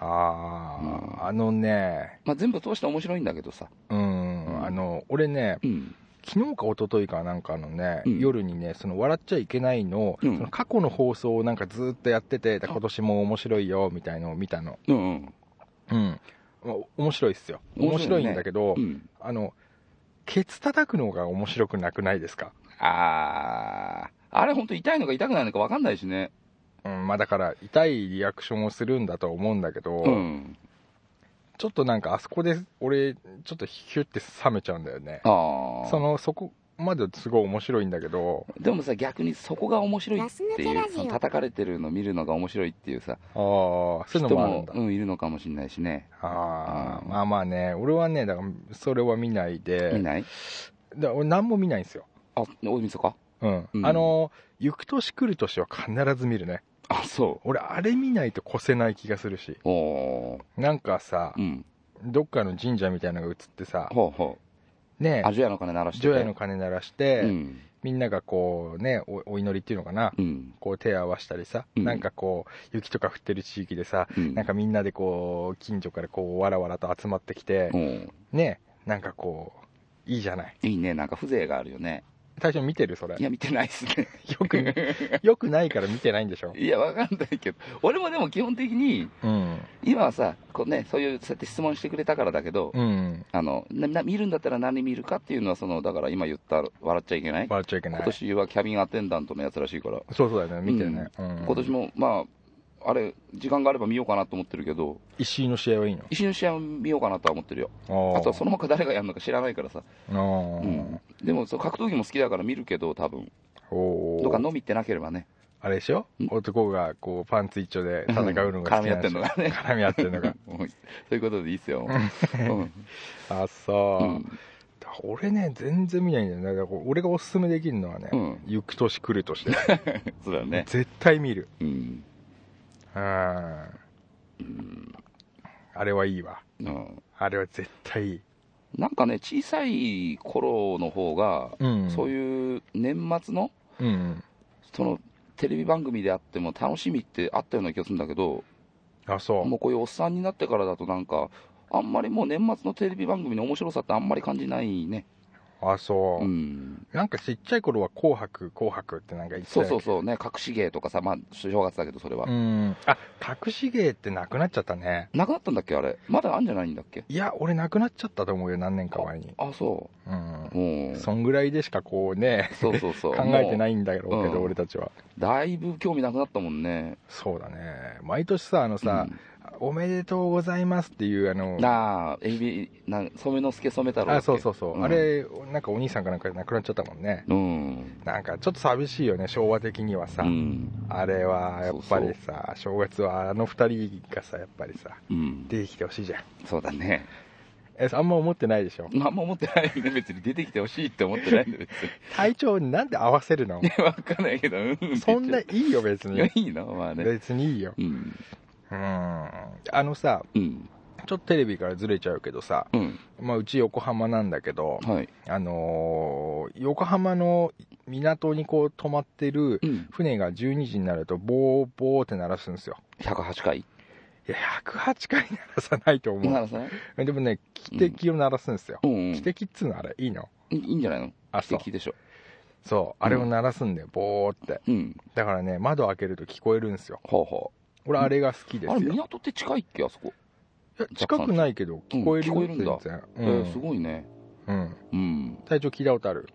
[SPEAKER 3] あー、
[SPEAKER 4] うん
[SPEAKER 3] あのね、
[SPEAKER 4] まあ、全部通して面白いんだけどさ。
[SPEAKER 3] うん、
[SPEAKER 4] うん
[SPEAKER 3] あの、俺ね、
[SPEAKER 4] うん。
[SPEAKER 3] 昨日か一昨日かなんかのね、
[SPEAKER 4] うん
[SPEAKER 3] 夜にね、その笑っちゃいけないの、
[SPEAKER 4] うん
[SPEAKER 3] その過去の放送をなんかずっとやってて、だ今年も面白いよみたいのを見たの。
[SPEAKER 4] うんうん。
[SPEAKER 3] うん。まあ面白いっすよ。面
[SPEAKER 4] 面
[SPEAKER 3] 白
[SPEAKER 4] 白いね
[SPEAKER 3] いんだけど、
[SPEAKER 4] うん。
[SPEAKER 3] あの、ケツ叩くのが面白くなくないですか
[SPEAKER 4] あー。あれ本当痛いのか痛くないのか分かんないしね。
[SPEAKER 3] うん、まあだから、痛いリアクションをするんだと思うんだけど、
[SPEAKER 4] うん。
[SPEAKER 3] ちょっとなんかあそこで俺、ちょっとヒュって冷めちゃうんだよね。
[SPEAKER 4] ああ
[SPEAKER 3] その、そこまですごい面白いんだけど、
[SPEAKER 4] でもさ逆にそこが面白いってい
[SPEAKER 5] ガス抜けラ
[SPEAKER 4] う
[SPEAKER 5] ジオ
[SPEAKER 4] その叩かれてるの見るのが面白いっていうさ
[SPEAKER 3] ああ、そういうのもあるんだ。
[SPEAKER 4] うん、いるのかもしれないしね
[SPEAKER 3] ああ、
[SPEAKER 4] うん
[SPEAKER 3] まあまあね、俺はね、だから、それは見ないで、
[SPEAKER 4] 見ない
[SPEAKER 3] だから俺何も見ないんですよ。
[SPEAKER 4] あ大晦日か
[SPEAKER 3] うん。
[SPEAKER 4] うん
[SPEAKER 3] あの、行く年来る年は必ず見るね。
[SPEAKER 4] あそ
[SPEAKER 3] 俺、あれ見ないと越せない気がするし。
[SPEAKER 4] うおー
[SPEAKER 3] なんかさ
[SPEAKER 4] う、ん
[SPEAKER 3] どっかの神社みたいなのが映ってさ、
[SPEAKER 4] ほうほう
[SPEAKER 3] ね
[SPEAKER 4] あ、除夜の鐘鳴らしてて
[SPEAKER 3] 除夜の鐘鳴らして、
[SPEAKER 4] うん
[SPEAKER 3] みんながこうね、おお祈りっていうのかな、
[SPEAKER 4] うん
[SPEAKER 3] こう手を合わしたりさ、
[SPEAKER 4] うん
[SPEAKER 3] なんかこう、雪とか降ってる地域でさ、
[SPEAKER 4] うん
[SPEAKER 3] なんかみんなでこう、近所からこう、わらわらと集まってきて
[SPEAKER 4] う、ん
[SPEAKER 3] ね、なんかこう、いいじゃない。
[SPEAKER 4] いいねなんか風情があるよね
[SPEAKER 3] 大将見てるそれ。
[SPEAKER 4] い
[SPEAKER 3] よ
[SPEAKER 4] や見てないっすね
[SPEAKER 3] く、よくないから見てないんでしょ。
[SPEAKER 4] [LAUGHS] いやわかんないけど俺もでも基本的に
[SPEAKER 3] うん。
[SPEAKER 4] 今はさこうねそういうそうやって質問してくれたからだけど、
[SPEAKER 3] うん。
[SPEAKER 4] あのなな見るんだったら何見るかっていうのはそのだから今言った笑っちゃいけない
[SPEAKER 3] 笑っちゃいけな
[SPEAKER 4] 今
[SPEAKER 3] い。
[SPEAKER 4] 年はキャビンアテンダントのやつらしいから、
[SPEAKER 3] そうそうだよね、見てるね。うん
[SPEAKER 4] 今年もまああれ時間があれば見ようかなと思ってるけど
[SPEAKER 3] 石井の試合はいいの
[SPEAKER 4] 一緒に試合を見ようかなとは思ってるよ
[SPEAKER 3] あ
[SPEAKER 4] あとはその他誰がやるのか知らないからさ、
[SPEAKER 3] の
[SPEAKER 4] うんでもそう格闘技も好きだから見るけど多分
[SPEAKER 3] お
[SPEAKER 4] どっか
[SPEAKER 3] ー
[SPEAKER 4] 飲みってなければね
[SPEAKER 3] あれでしょ
[SPEAKER 4] ん
[SPEAKER 3] 男がこうパンツ一丁で戦うのが好き
[SPEAKER 4] 絡み合
[SPEAKER 3] なんで
[SPEAKER 4] って
[SPEAKER 3] し
[SPEAKER 4] ん
[SPEAKER 3] ょ
[SPEAKER 4] のがね
[SPEAKER 3] 絡み合ってるの
[SPEAKER 4] [LAUGHS]
[SPEAKER 3] が
[SPEAKER 4] もうそういうことでいいっすよ、うん
[SPEAKER 3] あそう、
[SPEAKER 4] うん
[SPEAKER 3] 俺ね全然見ないんだよねだからこう俺がおすすめできるのはね、
[SPEAKER 4] うん
[SPEAKER 3] 行く年来る年で
[SPEAKER 4] そうだね、
[SPEAKER 3] 絶対見る
[SPEAKER 4] うん
[SPEAKER 3] うんあれはいいわ
[SPEAKER 4] うん、
[SPEAKER 3] あれは絶対いい、
[SPEAKER 4] なんかね小さい頃の方が、
[SPEAKER 3] うん、
[SPEAKER 4] そう
[SPEAKER 3] う、
[SPEAKER 4] いう年末の
[SPEAKER 3] うん、
[SPEAKER 4] そのテレビ番組であっても楽しみってあったような気がするんだけど、
[SPEAKER 3] あそう
[SPEAKER 4] もうこういうおっさんになってからだとなんか、あんまりもう年末のテレビ番組の面白さってあんまり感じないね。
[SPEAKER 3] あそう、
[SPEAKER 4] うん。
[SPEAKER 3] なんかちっちゃい頃は「紅白紅白」ってなんか言ってた
[SPEAKER 4] そ
[SPEAKER 3] よ
[SPEAKER 4] うそうそうね、隠し芸とかさ、まあ、正月だけどそれは。
[SPEAKER 3] うんあ隠し芸ってなくなっちゃったね
[SPEAKER 4] なくなったんだっけあれ。まだあんじゃないんだっけ
[SPEAKER 3] いや俺なくなっちゃったと思うよ何年か前に
[SPEAKER 4] あ、そうう。
[SPEAKER 3] ん
[SPEAKER 4] うん。
[SPEAKER 3] そんぐらいでしかこうね
[SPEAKER 4] そうそうそ
[SPEAKER 3] [LAUGHS]
[SPEAKER 4] う。。
[SPEAKER 3] 考えてないいんだろうけど、
[SPEAKER 4] うん
[SPEAKER 3] 俺たちは
[SPEAKER 4] だいぶ興味なくなったもんね。
[SPEAKER 3] そうだね毎年さあのさ、
[SPEAKER 4] うん
[SPEAKER 3] おめでとうございます」っていうあの
[SPEAKER 4] なあ、エビ、な染之助染太郎だっけ
[SPEAKER 3] あそうそうそう、
[SPEAKER 4] ん
[SPEAKER 3] あれなんかお兄さんかなんかで亡くなっちゃったもんね
[SPEAKER 4] うん。
[SPEAKER 3] なんかちょっと寂しいよね昭和的にはさ、
[SPEAKER 4] うん。
[SPEAKER 3] あれはやっぱりさ正月はあの二人がさやっぱりさ
[SPEAKER 4] うん。
[SPEAKER 3] 出てきてほしいじゃん
[SPEAKER 4] そうだね。
[SPEAKER 3] えあんま思ってないでしょ
[SPEAKER 4] 何も思ってないんで別に出てきてほしいって思ってないんで別
[SPEAKER 3] 体調になんで合わせ
[SPEAKER 4] [LAUGHS]
[SPEAKER 3] るの
[SPEAKER 4] に分かんないけどうん
[SPEAKER 3] そんな
[SPEAKER 4] って
[SPEAKER 3] いいよ別
[SPEAKER 4] 言っ
[SPEAKER 3] に
[SPEAKER 4] ちゃういやいいなまあね
[SPEAKER 3] 別にいいよ
[SPEAKER 4] うん
[SPEAKER 3] うんあのさ
[SPEAKER 4] うん
[SPEAKER 3] ちょっとテレビからずれちゃうけどさ、
[SPEAKER 4] うん
[SPEAKER 3] まあ、うち横浜なんだけど、
[SPEAKER 4] はい
[SPEAKER 3] あのー横浜の港にこう泊まってる
[SPEAKER 4] うん
[SPEAKER 3] 船が12時になると、ボーボーって鳴らすんですよ。
[SPEAKER 4] 108回
[SPEAKER 3] いや、108回鳴らさないと
[SPEAKER 4] な
[SPEAKER 3] 思。
[SPEAKER 4] らさないう
[SPEAKER 3] でもね、汽笛を鳴らすんですよ。
[SPEAKER 4] うんうん
[SPEAKER 3] 汽笛っつうのあれ、いいの
[SPEAKER 4] いいいんじゃないの
[SPEAKER 3] あ、
[SPEAKER 4] 素
[SPEAKER 3] そう。
[SPEAKER 4] 敵でしょ
[SPEAKER 3] そう。あれを鳴らすんだよ、ボーって。
[SPEAKER 4] うん
[SPEAKER 3] だからね、窓開けると聞こえるんですよ。
[SPEAKER 4] ほうほ
[SPEAKER 3] 俺、あれが好きで
[SPEAKER 4] うあ
[SPEAKER 3] す
[SPEAKER 4] れ
[SPEAKER 3] よ。い
[SPEAKER 4] 港って近いっけあそこ
[SPEAKER 3] や近くないけど、聞こえるよ、
[SPEAKER 4] うん聞こえるんだ
[SPEAKER 3] 全
[SPEAKER 4] え
[SPEAKER 3] 然。うん。
[SPEAKER 4] ーすごいね
[SPEAKER 3] うん。
[SPEAKER 4] うん
[SPEAKER 3] 体調聞いたことある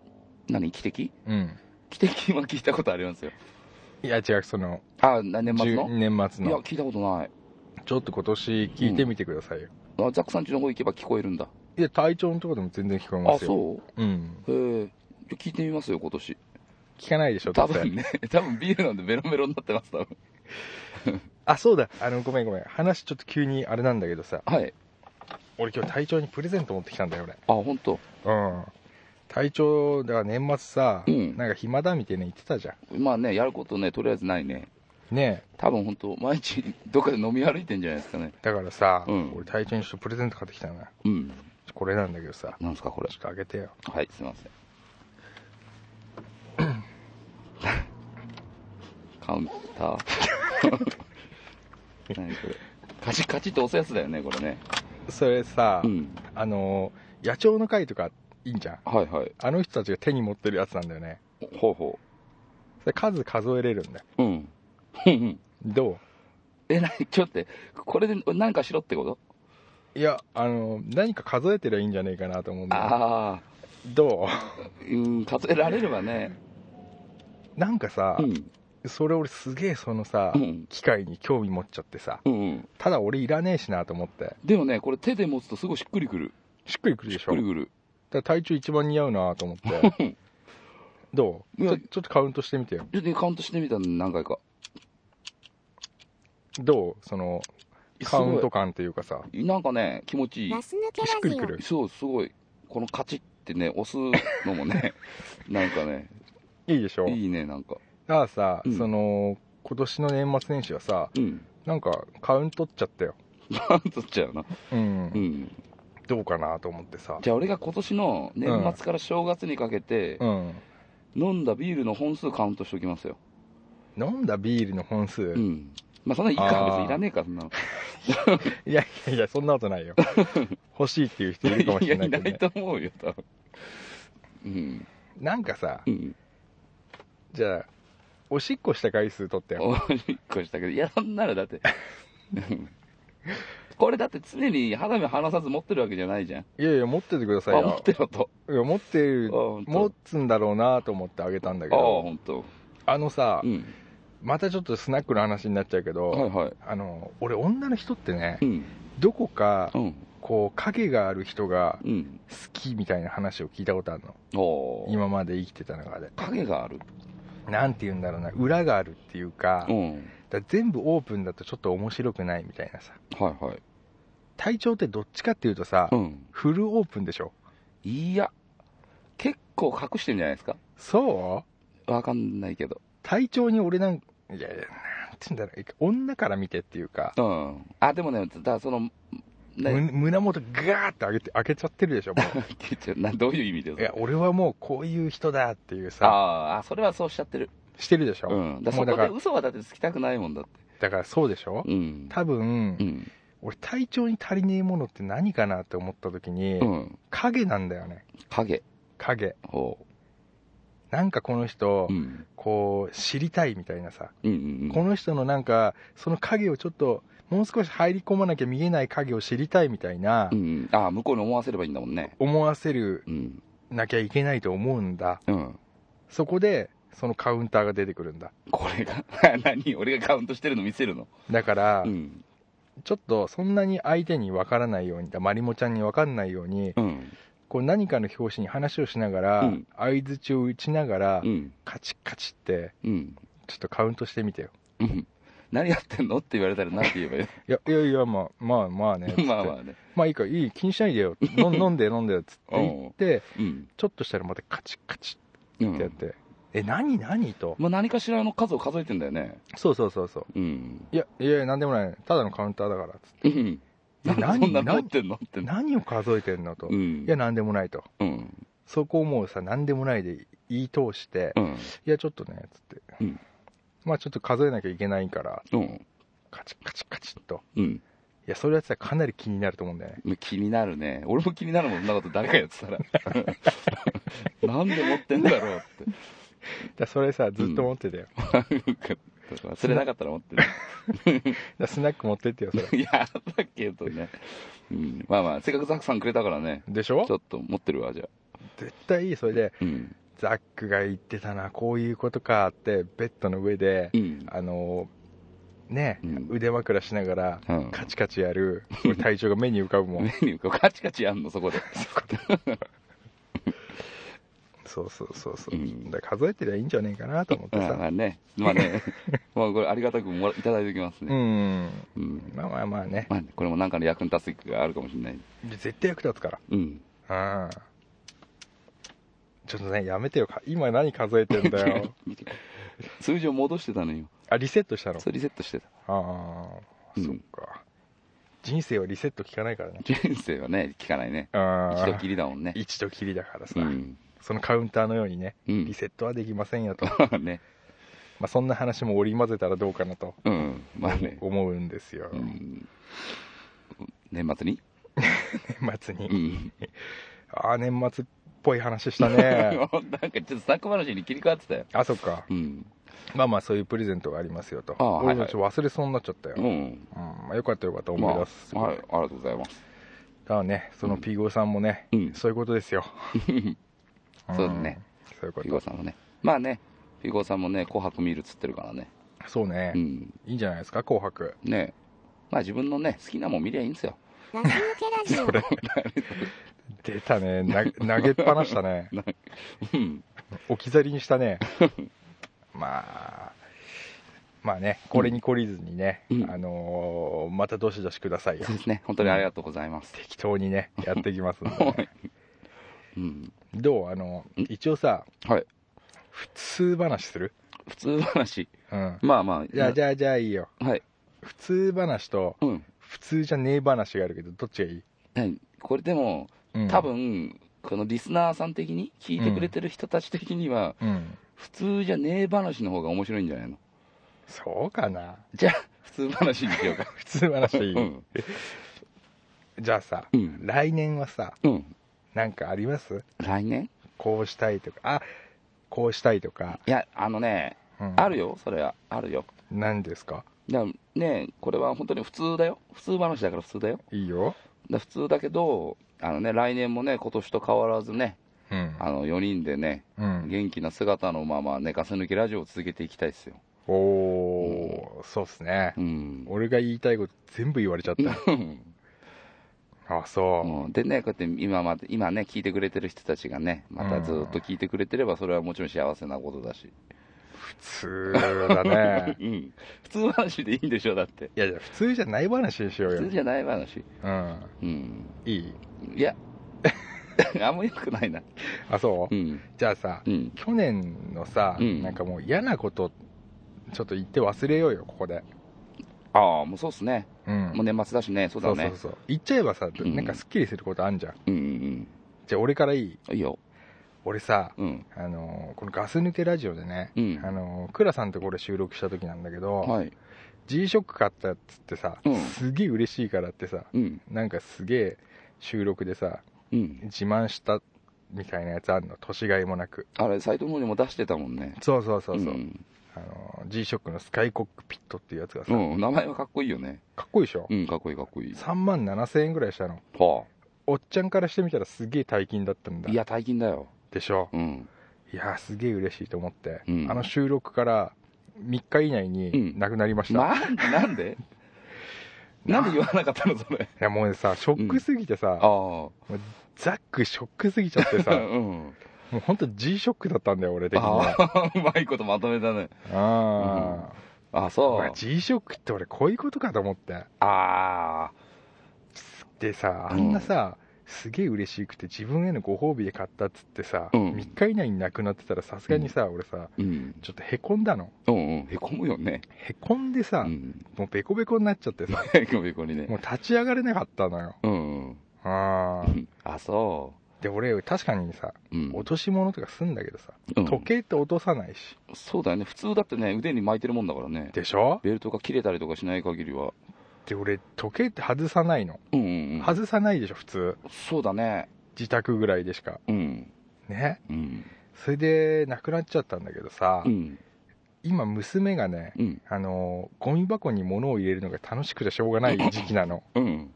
[SPEAKER 4] 何汽笛
[SPEAKER 3] うん。
[SPEAKER 4] 汽笛は聞いたことありますよ
[SPEAKER 3] いや、違う、その、
[SPEAKER 4] あな年末
[SPEAKER 3] 10
[SPEAKER 4] の
[SPEAKER 3] 年末
[SPEAKER 4] いや
[SPEAKER 3] の。
[SPEAKER 4] 聞いたことない
[SPEAKER 3] ちょっと今年聞いてみてくださいよ。
[SPEAKER 4] あザックさん家の方行けば聞こえるんだ
[SPEAKER 3] いや、体調のとこでも全然聞こえま
[SPEAKER 4] あ
[SPEAKER 3] すよ。。
[SPEAKER 4] そう
[SPEAKER 3] ん。
[SPEAKER 4] うへえじゃあ聞いてみますよ今年
[SPEAKER 3] 聞かないでしょ、
[SPEAKER 4] 多
[SPEAKER 3] どうせ
[SPEAKER 4] 分ね多分ビールなんでベロベロになってます多分
[SPEAKER 3] あ、そうだ。あの、ごめんごめん。話ちょっと急にあれなんだけどさ。
[SPEAKER 4] はい
[SPEAKER 3] 俺今日隊長にプレゼント持ってきたんだよ、
[SPEAKER 4] あ本当
[SPEAKER 3] 俺。うん。隊長、だから年末さ、
[SPEAKER 4] うん
[SPEAKER 3] なんか暇だみたいな言ってたじゃ
[SPEAKER 4] まあね、やることね、とりあえずないね。
[SPEAKER 3] ん。ね
[SPEAKER 4] 多分本当毎日どっかで飲み歩いてんじゃないですかね
[SPEAKER 3] え。。だからさ、
[SPEAKER 4] うん
[SPEAKER 3] 俺隊長にちょっとプレゼント買ってきたのよ。
[SPEAKER 4] うん。
[SPEAKER 3] これなんだけどさ。
[SPEAKER 4] なんすか、これ
[SPEAKER 3] ちょ。っとあげてよ。
[SPEAKER 4] はい、すいません。 [COUGHS] カウンター。 [LAUGHS] 何これ。カチカチって押すやつだよね、これね。
[SPEAKER 3] それさ、
[SPEAKER 4] うん。
[SPEAKER 3] あの、野鳥の会とかいいんじゃん。
[SPEAKER 4] はいはい。
[SPEAKER 3] あの人たちが手に持ってるやつなんだよね。
[SPEAKER 4] ほうほ
[SPEAKER 3] それ数数えれるんだよ。
[SPEAKER 4] う。うん。うんうん
[SPEAKER 3] ど
[SPEAKER 4] え、なに、ちょっと待って、これで何かしろってこと
[SPEAKER 3] ういや、あの、何か数えてりゃいいんじゃねえかなと思うんだよ。
[SPEAKER 4] あ
[SPEAKER 3] ど
[SPEAKER 4] あ、うん、数えられればね。
[SPEAKER 3] うなんかさ、
[SPEAKER 4] うん。
[SPEAKER 3] それ俺すげえそのさ、
[SPEAKER 4] うん
[SPEAKER 3] 機械に興味持っちゃってさ
[SPEAKER 4] うんうん
[SPEAKER 3] ただ俺いらねえしなと思って
[SPEAKER 4] でもねこれ手で持つとすごいしっくりくる
[SPEAKER 3] しっくりくる
[SPEAKER 4] し
[SPEAKER 3] で
[SPEAKER 4] っ
[SPEAKER 3] しょ
[SPEAKER 4] くりくる
[SPEAKER 3] だから体重一番似合うなと思ってどうち
[SPEAKER 4] いや
[SPEAKER 3] ょちょっとカウントしてみてよ
[SPEAKER 4] ちょっとねカウントしてみたの何回か
[SPEAKER 3] どうそのカウント感っていうかさ
[SPEAKER 4] すごいなんかね気持ちいい
[SPEAKER 5] ガス抜け
[SPEAKER 3] しっくり
[SPEAKER 5] ラジ
[SPEAKER 3] く
[SPEAKER 5] オ。
[SPEAKER 3] る
[SPEAKER 4] そうすごいこのカチッってね押すの
[SPEAKER 3] [LAUGHS]
[SPEAKER 4] もねなんかね
[SPEAKER 3] いいでしょ
[SPEAKER 4] いいねなんか
[SPEAKER 3] だからさ、
[SPEAKER 4] うん
[SPEAKER 3] その今年の年末年始はさ
[SPEAKER 4] うん
[SPEAKER 3] なんかカウントっちゃったよ、
[SPEAKER 4] カウントっちゃうな
[SPEAKER 3] うん
[SPEAKER 4] うん
[SPEAKER 3] どうかなと思ってさ
[SPEAKER 4] じゃあ俺が今年の年末から正月にかけて、
[SPEAKER 3] うん
[SPEAKER 4] 飲んだビールの本数カウントしておきますよ
[SPEAKER 3] 飲んだビールの本数、
[SPEAKER 4] うんまあそんなにいいか
[SPEAKER 3] あー
[SPEAKER 4] 別にいらねえかそんなの
[SPEAKER 3] いやいやいやそんなこと
[SPEAKER 4] [LAUGHS]
[SPEAKER 3] ないよ欲しいっていう人いるかもし
[SPEAKER 4] いや
[SPEAKER 3] れない
[SPEAKER 4] い
[SPEAKER 3] け
[SPEAKER 4] な
[SPEAKER 3] ど、ね
[SPEAKER 4] [LAUGHS] い、と思うよ多分うん
[SPEAKER 3] なんかさ
[SPEAKER 4] うん
[SPEAKER 3] じゃあおしっこした回数取ったよ
[SPEAKER 4] おしっこしたけどいやそんなのだって [LAUGHS] うんこれだって常に肌身離さず持ってるわけじゃないじゃん
[SPEAKER 3] いやいや持っててくだ
[SPEAKER 4] あ
[SPEAKER 3] さい
[SPEAKER 4] 持っ
[SPEAKER 3] よ
[SPEAKER 4] てろと
[SPEAKER 3] いや持ってる
[SPEAKER 4] あ本当
[SPEAKER 3] 持つんだろうなと思ってあげたんだけ
[SPEAKER 4] ああ
[SPEAKER 3] ど
[SPEAKER 4] 本当。
[SPEAKER 3] あのさ、
[SPEAKER 4] うん
[SPEAKER 3] またちょっとスナックの話になっちゃうけど、
[SPEAKER 4] はいはい
[SPEAKER 3] あの俺女の人ってね
[SPEAKER 4] うん
[SPEAKER 3] どこか
[SPEAKER 4] うん
[SPEAKER 3] こう影がある人が
[SPEAKER 4] うん
[SPEAKER 3] 好きみたいな話を聞いたことあるの
[SPEAKER 4] おー
[SPEAKER 3] 今まで生きてた中で
[SPEAKER 4] 影がある
[SPEAKER 3] なんて言うんだろうな裏があるっていうか
[SPEAKER 4] うん
[SPEAKER 3] だから全部オープンだとちょっと面白くないみたいなさ
[SPEAKER 4] はいはい
[SPEAKER 3] 体調ってどっちかっていうとさ、
[SPEAKER 4] うん
[SPEAKER 3] フルオープンでしょ
[SPEAKER 4] いや結構隠してるんじゃないですか
[SPEAKER 3] そう
[SPEAKER 4] わかんないけど
[SPEAKER 3] 体調に俺なんいやいやなんて言うんだろう女から見てっていうか、
[SPEAKER 4] うんあでもねだからそのね
[SPEAKER 3] む胸元ガーって開けて開けちゃってる
[SPEAKER 4] [LAUGHS]
[SPEAKER 3] でしょも
[SPEAKER 4] 聞いちゃうな [LAUGHS] どういう意味で
[SPEAKER 3] ういや俺はもうこういう人だっていう
[SPEAKER 4] あ
[SPEAKER 3] さ
[SPEAKER 4] ーあそれはそうしちゃってる
[SPEAKER 3] してるでしょ、
[SPEAKER 4] うんだか
[SPEAKER 3] もう
[SPEAKER 4] ら
[SPEAKER 3] だか
[SPEAKER 4] そこ
[SPEAKER 3] ら
[SPEAKER 4] で嘘はだってつきたくないもんだって
[SPEAKER 3] だからそうでしょ、
[SPEAKER 4] うん
[SPEAKER 3] 多分、
[SPEAKER 4] うん
[SPEAKER 3] 俺体調に足りねえものって何かなって思った時に、
[SPEAKER 4] うん
[SPEAKER 3] 影なんだよね
[SPEAKER 4] 影
[SPEAKER 3] 影
[SPEAKER 4] ほ
[SPEAKER 3] なんかこの人、
[SPEAKER 4] ううん
[SPEAKER 3] こう知りたいみたいなさ、
[SPEAKER 4] うんうんう
[SPEAKER 3] こ
[SPEAKER 4] ん
[SPEAKER 3] の人のなんかその影をちょっともう少し入り込まなきゃ見えない影を知りたいみたいな、
[SPEAKER 4] うんああ向こうに思わせればいいんだもんね
[SPEAKER 3] 思わせる
[SPEAKER 4] うん
[SPEAKER 3] なきゃいけないと思うんだ
[SPEAKER 4] うん
[SPEAKER 3] そこでそのカウンターが出てくるんだ
[SPEAKER 4] これが [LAUGHS] 何俺がカウントしてるの見せるの
[SPEAKER 3] だから、
[SPEAKER 4] うん
[SPEAKER 3] ちょっとそんなに相手に分からないようにだまりもちゃんに分かんないように
[SPEAKER 4] うん
[SPEAKER 3] こう何かの拍子に話をしながら、
[SPEAKER 4] うん
[SPEAKER 3] 相づちを打ちながら、
[SPEAKER 4] うん
[SPEAKER 3] カチッカチッって
[SPEAKER 4] うん
[SPEAKER 3] ちょっとカウントしてみてよ
[SPEAKER 4] うん何やってんのって言われたら何て言
[SPEAKER 3] [LAUGHS]
[SPEAKER 4] えばいい
[SPEAKER 3] いやいやいやまあまあまあねつって
[SPEAKER 4] [LAUGHS] まあまあね。
[SPEAKER 3] まあいいかいい気にしないでよ
[SPEAKER 4] [LAUGHS]
[SPEAKER 3] の飲んで飲んでよっつって言って
[SPEAKER 4] うん。
[SPEAKER 3] ちょっとしたらまたカチッカチ
[SPEAKER 4] う
[SPEAKER 3] ッってやっ
[SPEAKER 4] ん。
[SPEAKER 3] て、え何何と
[SPEAKER 4] まあ何かしらの数を数えてんだよね。
[SPEAKER 3] そうそうそうそう
[SPEAKER 4] うん。
[SPEAKER 3] いやいや何でもないただのカウンターだからっつって
[SPEAKER 4] うん。なんでそんな
[SPEAKER 3] 何
[SPEAKER 4] 持ってんのってな。
[SPEAKER 3] 何を数えてんのと、
[SPEAKER 4] う
[SPEAKER 3] い
[SPEAKER 4] ん。
[SPEAKER 3] や何でもないと
[SPEAKER 4] うん。
[SPEAKER 3] そこをもうさ何でもないで言い通して、
[SPEAKER 4] うん。
[SPEAKER 3] いやちょっとねっつって、
[SPEAKER 4] うん
[SPEAKER 3] まあちょっと数えなきゃいけないから
[SPEAKER 4] うん。
[SPEAKER 3] カチッカチッカチッと
[SPEAKER 4] うん。
[SPEAKER 3] いやそれやってたらかなり気になると思うんだよね
[SPEAKER 4] 気になるね。俺も気になるもん、そんなこと誰かやってた [LAUGHS] ら。なんで持ってんだろうって。
[SPEAKER 3] だからそれさずっと持ってたよ、だか
[SPEAKER 4] 忘れなかったら持ってる。
[SPEAKER 3] らスナック持ってってよそれ
[SPEAKER 4] い [LAUGHS] や、だけどね。うん。まあまあ、せっかくザックさんくれたからね。
[SPEAKER 3] でし
[SPEAKER 4] ちょ
[SPEAKER 3] ょ
[SPEAKER 4] っと持ってるわ、じゃあ。
[SPEAKER 3] 絶対いいそれで
[SPEAKER 4] うん。
[SPEAKER 3] ザックが言ってたなこういうことかってベッドの上で、
[SPEAKER 4] うん。
[SPEAKER 3] あのね、
[SPEAKER 4] うん
[SPEAKER 3] 腕枕しながら
[SPEAKER 4] うん
[SPEAKER 3] カチカチやる、俺体調が目に浮かぶ
[SPEAKER 4] [LAUGHS]
[SPEAKER 3] もん
[SPEAKER 4] メニューこうカチカチやんの、そこで。
[SPEAKER 3] そうそうそうそう、
[SPEAKER 4] うん
[SPEAKER 3] だから数えてりゃいいんじゃねえかなと思って
[SPEAKER 4] あま
[SPEAKER 3] さ
[SPEAKER 4] あね、まあね、まあこれありがたくもらいただいておきます
[SPEAKER 3] う
[SPEAKER 4] ね。
[SPEAKER 3] ん
[SPEAKER 4] うん。
[SPEAKER 3] まあまあまあね
[SPEAKER 4] まあね、これもなんかの役に立つ機会があるかもしれない。
[SPEAKER 3] 絶対役立つか
[SPEAKER 4] うん。
[SPEAKER 3] らうんちょっとねやめてよか今何数えてんだ
[SPEAKER 4] [LAUGHS]
[SPEAKER 3] よ
[SPEAKER 4] 見て数字を戻してたのよ。
[SPEAKER 3] あリセットしたの
[SPEAKER 4] それリセットしてた。
[SPEAKER 3] ああ、
[SPEAKER 4] うん
[SPEAKER 3] そっか人生はリセット効かないからね
[SPEAKER 4] 人生はね、聞かないね。
[SPEAKER 3] あ
[SPEAKER 4] 一
[SPEAKER 3] あ
[SPEAKER 4] 度きりだもんね。
[SPEAKER 3] 一度きりだからさ、
[SPEAKER 4] うん。
[SPEAKER 3] そのカウンターのようにね
[SPEAKER 4] う
[SPEAKER 3] リ
[SPEAKER 4] ん。
[SPEAKER 3] セットはできませんよと、ま
[SPEAKER 4] まあね。
[SPEAKER 3] あそんな話も織り交ぜたらどうかなと
[SPEAKER 4] うん。まあね。
[SPEAKER 3] 思うんですよ、
[SPEAKER 4] うん。年末に
[SPEAKER 3] 年末に、
[SPEAKER 4] うん。
[SPEAKER 3] ああ年末っぽい話した
[SPEAKER 4] [LAUGHS] なん
[SPEAKER 3] ね
[SPEAKER 4] かちょっとスナック話に切り替わってたよ。
[SPEAKER 3] あそっか
[SPEAKER 4] うん。
[SPEAKER 3] まあまあそういうプレゼントがありますよと
[SPEAKER 4] ああはいはい
[SPEAKER 3] 俺もちょっと忘れそうになっちゃったよ、
[SPEAKER 4] う
[SPEAKER 3] うん
[SPEAKER 4] ん。
[SPEAKER 3] まあ、よかったよかった
[SPEAKER 4] ま
[SPEAKER 3] 思
[SPEAKER 4] あ、
[SPEAKER 3] い
[SPEAKER 4] は
[SPEAKER 3] 出
[SPEAKER 4] い、
[SPEAKER 3] す、
[SPEAKER 4] ありがとうございます。
[SPEAKER 3] だからねその P 号さんもね、
[SPEAKER 4] うん。
[SPEAKER 3] そういうことですよ、
[SPEAKER 4] [LAUGHS] そうだね
[SPEAKER 3] んそういうこ
[SPEAKER 4] ピ
[SPEAKER 3] と
[SPEAKER 4] ゴさんもね。まあね、ピコさんもね、紅白見るっつってるからね。
[SPEAKER 3] そうね、
[SPEAKER 4] うん。
[SPEAKER 3] いいんじゃないですか、紅白。
[SPEAKER 4] ねまあ自分のね、好きなもん見りゃいいんですよ。
[SPEAKER 5] ラジオケラジオ
[SPEAKER 3] それ。出たね。な投げっぱなした
[SPEAKER 4] [LAUGHS]
[SPEAKER 3] ね。
[SPEAKER 4] うん。
[SPEAKER 3] 置き去りにした
[SPEAKER 4] [LAUGHS]
[SPEAKER 3] ね。まあ、まあね、これに懲りずにね、
[SPEAKER 4] うん
[SPEAKER 3] あのーまたどしどしくださいよ
[SPEAKER 4] そ。うですね。本当にありがとうございます。
[SPEAKER 3] 適当にね、やっていきますんでね、
[SPEAKER 4] うん。
[SPEAKER 3] どうあの、一応さ、
[SPEAKER 4] はい。
[SPEAKER 3] 普通話する
[SPEAKER 4] 普通話。
[SPEAKER 3] うん。
[SPEAKER 4] まあまあ。
[SPEAKER 3] じゃあ、じゃあ、じゃあいいよ。
[SPEAKER 4] はい。
[SPEAKER 3] 普通話と、
[SPEAKER 4] うん。
[SPEAKER 3] 普通じゃねえ話があるけど、どっちがいい、
[SPEAKER 4] はいこれでも、
[SPEAKER 3] うん、
[SPEAKER 4] 多。分、このリスナーさん的に、聞いてくれてる人たち的には、
[SPEAKER 3] うん。
[SPEAKER 4] 普通じゃねえ話の方が面白いんじゃないの
[SPEAKER 3] そうかな。
[SPEAKER 4] じゃあ、普通話にしようか。
[SPEAKER 3] 普通話いい。
[SPEAKER 4] うん。
[SPEAKER 3] じゃあさ、
[SPEAKER 4] うん
[SPEAKER 3] 来年はさ、
[SPEAKER 4] うん。
[SPEAKER 3] なんかあります
[SPEAKER 4] 来年
[SPEAKER 3] こうしたいとか、あこうしたいとか、
[SPEAKER 4] いや、あのね、
[SPEAKER 3] うん
[SPEAKER 4] あるよ、それは。あるよ。
[SPEAKER 3] 何ですか
[SPEAKER 4] だからねこれは本当に普通だよ。普通話だから普通だよ。
[SPEAKER 3] いいよ。
[SPEAKER 4] だ普通だけど、あのね、来年もね、今年と変わらずね、
[SPEAKER 3] うん。
[SPEAKER 4] あの4人でね、
[SPEAKER 3] うん、
[SPEAKER 4] 元気な姿のままね、ガス抜きラジオを続けていきたいですよ。
[SPEAKER 3] おー、そうっすね
[SPEAKER 4] う。ん。
[SPEAKER 3] 俺が言いたいこと全部言われちゃった。あ、そう。
[SPEAKER 4] うんでね、こうやって今まで、今ね、聞いてくれてる人たちがね、またずっと聞いてくれてれば、それはもちろん幸せなことだし。。
[SPEAKER 3] 普通だね
[SPEAKER 4] [LAUGHS] うん。普通話でいいんでしょ、だって。
[SPEAKER 3] いやいや、普通じゃない話にしようよ。
[SPEAKER 4] 普通じゃない話。
[SPEAKER 3] うん。
[SPEAKER 4] うん。
[SPEAKER 3] いい
[SPEAKER 4] い [LAUGHS] や、あんま良くないな。
[SPEAKER 3] あ、そう、
[SPEAKER 4] うん。
[SPEAKER 3] じゃあさ、
[SPEAKER 4] うん。
[SPEAKER 3] 去年のさ、
[SPEAKER 4] うん
[SPEAKER 3] なんかもう嫌なこと、ちょっと言って忘れようよ、ここで。
[SPEAKER 4] ああ、もうそうっすね。
[SPEAKER 3] うん。
[SPEAKER 4] もう年末だしね、そうだ
[SPEAKER 3] そ
[SPEAKER 4] ね。
[SPEAKER 3] うそうそう。言っちゃえばさ、
[SPEAKER 4] ん
[SPEAKER 3] なんかすっきりすることあんじゃん。
[SPEAKER 4] うんうん
[SPEAKER 3] じゃあ俺からいい
[SPEAKER 4] うん。いいよ。
[SPEAKER 3] 俺さ、
[SPEAKER 4] うん。
[SPEAKER 3] あのーこのガス抜けラジオでね、
[SPEAKER 4] うん
[SPEAKER 3] あのー、倉さんとこれ収録した時なんだけど、
[SPEAKER 4] はい。
[SPEAKER 3] G-SHOCK 買ったっつってさ、
[SPEAKER 4] うん
[SPEAKER 3] すげえ嬉しいからってさ、
[SPEAKER 4] うん。
[SPEAKER 3] なんかすげえ収録でさ、
[SPEAKER 4] うん。
[SPEAKER 3] 自慢したみたいなやつあんの年がいもなく
[SPEAKER 4] あれ、サイトの方にも出してたもんね。
[SPEAKER 3] そうそうそうそう、
[SPEAKER 4] ん
[SPEAKER 3] あの G-SHOCK のスカイコックピットっていうやつがさ、
[SPEAKER 4] うん。名前はかっこいいよね。
[SPEAKER 3] かっこいいでしょ、
[SPEAKER 4] うん、かっこいいかっこいい。
[SPEAKER 3] 3万7000円ぐらいしたの
[SPEAKER 4] は
[SPEAKER 3] おっちゃんからしてみたらすげえ大金だったん
[SPEAKER 4] あ。
[SPEAKER 3] だ
[SPEAKER 4] いや、大金だよ。
[SPEAKER 3] でしょ
[SPEAKER 4] うん。
[SPEAKER 3] いやーすげえ嬉しいと思って、
[SPEAKER 4] うん
[SPEAKER 3] あの収録から3日以内
[SPEAKER 4] うん
[SPEAKER 3] になくなりました、い
[SPEAKER 4] なんなん [LAUGHS] でなんで言わなかったの、 [LAUGHS] それ。
[SPEAKER 3] やもうさショックすぎてさ、
[SPEAKER 4] あ
[SPEAKER 3] ザックショックすぎちゃって
[SPEAKER 4] あ。
[SPEAKER 3] さ
[SPEAKER 4] [LAUGHS] うん。
[SPEAKER 3] もうほんと G ショックだったんだよ俺的には
[SPEAKER 4] ああ、 [LAUGHS] うまいことまとめたね。
[SPEAKER 3] あ
[SPEAKER 4] あ
[SPEAKER 3] あ、
[SPEAKER 4] そう
[SPEAKER 3] まあ。G ショックって俺こういうことかと思って
[SPEAKER 4] ああ。
[SPEAKER 3] でさあんなさ、すげえ嬉しくて自分へのご褒美で買ったっつってさ、
[SPEAKER 4] うん
[SPEAKER 3] 3日以内になくなってたらさすがにさ、俺さ
[SPEAKER 4] うん。
[SPEAKER 3] ちょっとへこんだの
[SPEAKER 4] うんうん。へこむよね。
[SPEAKER 3] へこんでさ、
[SPEAKER 4] うん。
[SPEAKER 3] もうベコベコになっちゃってさ
[SPEAKER 4] へこみへこみね。
[SPEAKER 3] もう立ち上がれなかったのよ
[SPEAKER 4] うん。
[SPEAKER 3] ああ
[SPEAKER 4] あ、そ
[SPEAKER 3] で俺確かにさ
[SPEAKER 4] う。うん。
[SPEAKER 3] 落とし物とかすんだけどさ、
[SPEAKER 4] うん
[SPEAKER 3] 時計って落とさないし
[SPEAKER 4] そうだよね。普通だってね、腕に巻いてるもんだからね。
[SPEAKER 3] でしょ
[SPEAKER 4] ベルトが切れたりとかしない限りは。
[SPEAKER 3] で俺時計って外さないの
[SPEAKER 4] うんうんうん。
[SPEAKER 3] 外さないでしょ普通
[SPEAKER 4] そうだね。
[SPEAKER 3] 自宅ぐらいでしか
[SPEAKER 4] うん。
[SPEAKER 3] ね
[SPEAKER 4] うん。
[SPEAKER 3] それでなくなっちゃったんだけどさ、
[SPEAKER 4] うん。
[SPEAKER 3] 今娘がね
[SPEAKER 4] うん。
[SPEAKER 3] あのゴミ箱に物を入れるのが楽しくてしょうが
[SPEAKER 4] [LAUGHS]
[SPEAKER 3] ない時期なの
[SPEAKER 4] うん。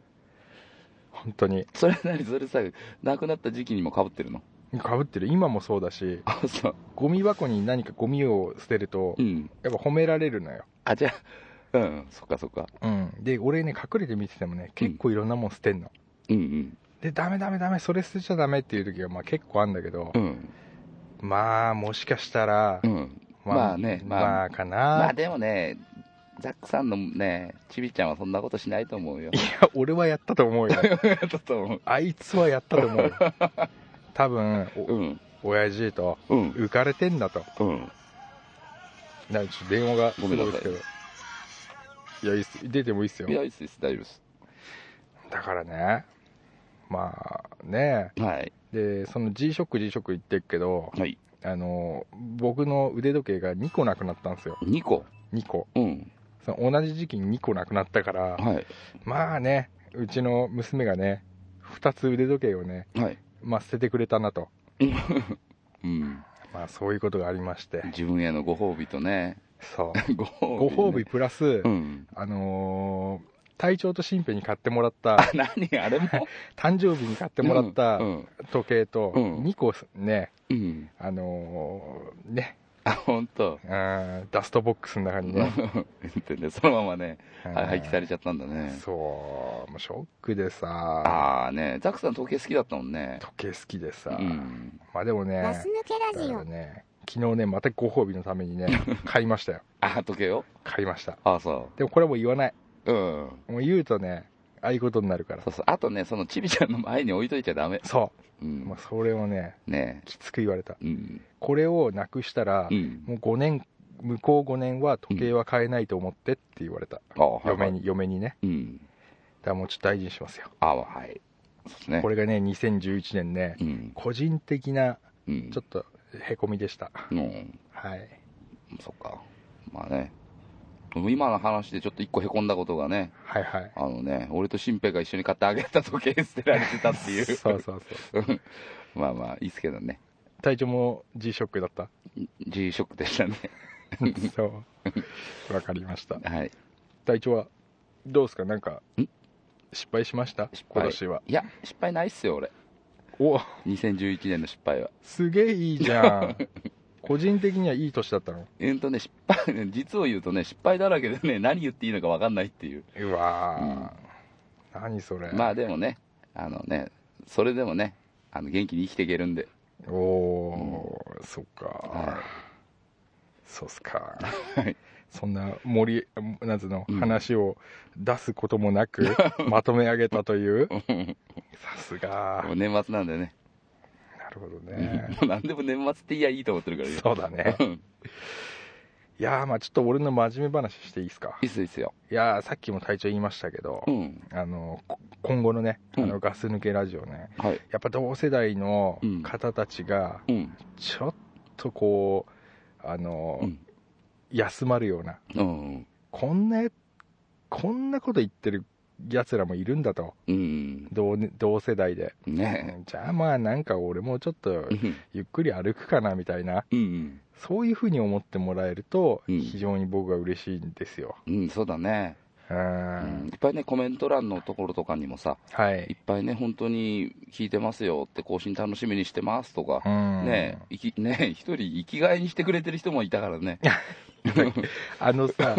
[SPEAKER 3] 本当に
[SPEAKER 4] それなりそれさ、亡くなった時期にもかぶってるの。
[SPEAKER 3] かぶってる今もそうだし
[SPEAKER 4] あ、そう。
[SPEAKER 3] ゴミ箱に何かゴミを捨てると
[SPEAKER 4] うん。
[SPEAKER 3] やっぱ褒められるのよ、
[SPEAKER 4] あ、じゃあ、うん。そっかそっか。
[SPEAKER 3] うん、で俺ね隠れて見ててもね結構いろんなもん捨てんの、
[SPEAKER 4] うん
[SPEAKER 3] でダメダメダメそれ捨てちゃダメっていう時がまあ結構あるんだけど
[SPEAKER 4] うん。う、ん。
[SPEAKER 3] まあもしかしたら、
[SPEAKER 4] うん。まあねま
[SPEAKER 3] ま
[SPEAKER 4] あ
[SPEAKER 3] あ、かな、
[SPEAKER 4] まあでもね、ザックさんのね、ちびちゃんはそんなことしないと思うよ
[SPEAKER 3] い。や [LAUGHS] 俺はやったと思う
[SPEAKER 4] [LAUGHS]
[SPEAKER 3] よ
[SPEAKER 4] だと思う。
[SPEAKER 3] あいつはやったと思うよ多分
[SPEAKER 4] う
[SPEAKER 3] お
[SPEAKER 4] ん。
[SPEAKER 3] 親父と
[SPEAKER 4] うん。
[SPEAKER 3] 浮かれてんだと
[SPEAKER 4] うん。
[SPEAKER 3] なんかちょっと電話がす
[SPEAKER 4] ご
[SPEAKER 3] ご
[SPEAKER 4] め
[SPEAKER 3] い
[SPEAKER 4] んな
[SPEAKER 3] で
[SPEAKER 4] さ
[SPEAKER 3] す
[SPEAKER 4] い
[SPEAKER 3] けどいやいいっす出てもいいっすよ
[SPEAKER 4] いや、いいっす、いいっす、大丈夫です。
[SPEAKER 3] だからねまあね
[SPEAKER 4] はい。
[SPEAKER 3] でその G ショック G ショック言ってるけど
[SPEAKER 4] はい。
[SPEAKER 3] あの僕の腕時計が2個なくなったんですよ
[SPEAKER 4] 2個。
[SPEAKER 3] 2個
[SPEAKER 4] うん。
[SPEAKER 3] その同じ時期に2個なくなったから
[SPEAKER 4] はい。
[SPEAKER 3] まあねうちの娘がね2つ腕時計をね、
[SPEAKER 4] はい。
[SPEAKER 3] まあ、捨ててくれたなと
[SPEAKER 4] うん。
[SPEAKER 3] まあそういうことがありまして
[SPEAKER 4] 自分へのご褒美とね、
[SPEAKER 3] そう
[SPEAKER 4] ご褒美、
[SPEAKER 3] ご褒美。プラス、
[SPEAKER 4] うん。
[SPEAKER 3] あのー隊長と新兵に買ってもらった
[SPEAKER 4] あ、何あれも
[SPEAKER 3] 誕生日に買ってもらった
[SPEAKER 4] うん。
[SPEAKER 3] 時計と
[SPEAKER 4] うん
[SPEAKER 3] 2個ね、
[SPEAKER 4] うん。
[SPEAKER 3] あのーね
[SPEAKER 4] あ、本当。
[SPEAKER 3] あーダストボックスの中にね。
[SPEAKER 4] ってね、そのままね、はい廃棄されちゃったんだね。
[SPEAKER 3] そう、もうショックでさ、
[SPEAKER 4] ああね、ザックさん時計好きだったもんね。
[SPEAKER 3] 時計好きで
[SPEAKER 4] う
[SPEAKER 3] さ、
[SPEAKER 4] ん。
[SPEAKER 3] まあでもね、
[SPEAKER 5] ガス抜けラ
[SPEAKER 3] だ
[SPEAKER 5] ジ
[SPEAKER 3] か
[SPEAKER 5] オ
[SPEAKER 3] ら。ね、昨日ね、またご褒美のため
[SPEAKER 4] [LAUGHS]
[SPEAKER 3] にね、買いましたよ。
[SPEAKER 4] あ、時計よ。
[SPEAKER 3] 買いました。
[SPEAKER 4] ああ、そ
[SPEAKER 3] でもこれはもう言わない。
[SPEAKER 4] う。うん。
[SPEAKER 3] もう言うとね、ああいうことになるから
[SPEAKER 4] そ。うそう。あとね、そのちびちゃんの前に置いといちゃダメ。
[SPEAKER 3] そうう。
[SPEAKER 4] ん
[SPEAKER 3] もう。それをね、
[SPEAKER 4] ね
[SPEAKER 3] きつく言われた。
[SPEAKER 4] え。うん。
[SPEAKER 3] これをなくしたら
[SPEAKER 4] う、ん。
[SPEAKER 3] もう5年、向こう5年は時計は買えないと思ってって言われた。
[SPEAKER 4] ああ、
[SPEAKER 3] 嫁
[SPEAKER 4] に。
[SPEAKER 3] に、嫁にね。
[SPEAKER 4] うん。
[SPEAKER 3] だからもうちょっと大事にしますよ。
[SPEAKER 4] ああ、はい。そうですね。
[SPEAKER 3] これがね、2011年ね、
[SPEAKER 4] うん。
[SPEAKER 3] 個人的な
[SPEAKER 4] うん。
[SPEAKER 3] ちょっとへこみでした。
[SPEAKER 4] うん。
[SPEAKER 3] はい。
[SPEAKER 4] そっか。まあね。でも今の話でちょっと一個へこんだことがね、
[SPEAKER 3] はいはい。
[SPEAKER 4] あのね、俺と新平が一緒に買ってあげた時計捨てられてたっていう。
[SPEAKER 3] そうそうそう。
[SPEAKER 4] うん [LAUGHS] まあまあ、いいっすけどね。
[SPEAKER 3] 体調も G ショックだった
[SPEAKER 4] G ショックでしたね。 [LAUGHS]
[SPEAKER 3] そう。わかりました。
[SPEAKER 4] はい。
[SPEAKER 3] 体調はどうですかなんか、失敗しました
[SPEAKER 4] 失敗
[SPEAKER 3] 今年は。
[SPEAKER 4] いや、失敗ないっすよ、俺。
[SPEAKER 3] お
[SPEAKER 4] 2011年の失敗は。
[SPEAKER 3] すげえいいじゃ
[SPEAKER 4] [LAUGHS]
[SPEAKER 3] ん。個人的にはいい年だったの。
[SPEAKER 4] えーんとね、失敗、 [LAUGHS] 実を言うとね、失敗だらけでね、何言っていいのか分かんないっていう。
[SPEAKER 3] うわー。何それ。
[SPEAKER 4] まあでもね、あのね、それでもね、あの元気に生きていけるんで。
[SPEAKER 3] おー、そっか、
[SPEAKER 4] は
[SPEAKER 3] そうっすか
[SPEAKER 4] はい。
[SPEAKER 3] そんな森、なんつうの、
[SPEAKER 4] うん
[SPEAKER 3] 話を出すこともな
[SPEAKER 4] [LAUGHS]
[SPEAKER 3] く、まとめ上げたという。さすが
[SPEAKER 4] もう。年末なんでね。
[SPEAKER 3] なるほど
[SPEAKER 4] うん
[SPEAKER 3] ね。
[SPEAKER 4] もう何でも年末っていやいいと思ってるから
[SPEAKER 3] そうだね。
[SPEAKER 4] うん
[SPEAKER 3] いやー、まあちょっと俺の真面目話していいですか
[SPEAKER 4] いい。っすよいいっすよ。
[SPEAKER 3] いやー、さっきも隊長言いましたけど、
[SPEAKER 4] うん。
[SPEAKER 3] あの、こ今後のね、あ
[SPEAKER 4] う
[SPEAKER 3] の、ガス抜けラジオね、
[SPEAKER 4] はい。
[SPEAKER 3] やっぱ同世代の方たちが、
[SPEAKER 4] うん。
[SPEAKER 3] ちょっとこう、あの、
[SPEAKER 4] うん
[SPEAKER 3] 休まるような、
[SPEAKER 4] うん。
[SPEAKER 3] こんなや、こんなこと言ってる奴らもいるんだと、
[SPEAKER 4] うん。
[SPEAKER 3] 同ね同世代で、
[SPEAKER 4] ね
[SPEAKER 3] じゃあまあなんか俺もちょっと
[SPEAKER 4] え。うん
[SPEAKER 3] ゆっくり歩くかなみたいな、
[SPEAKER 4] うん。
[SPEAKER 3] そういうふうに思ってもらえると、
[SPEAKER 4] うん
[SPEAKER 3] 非常に僕は嬉しいんですよ。
[SPEAKER 4] うん、そうだね。
[SPEAKER 3] う
[SPEAKER 4] うんん。いっぱいね、コメント欄のところとかにもさ、
[SPEAKER 3] はい
[SPEAKER 4] っ
[SPEAKER 3] い。
[SPEAKER 4] ぱいね、本当に聞いてますよって、更新楽しみにしてますとか
[SPEAKER 3] う、ん
[SPEAKER 4] ねえ、生きねえ、一人生きがいにしてくれてる人もいたからね。
[SPEAKER 3] あの
[SPEAKER 4] [LAUGHS]
[SPEAKER 3] さ、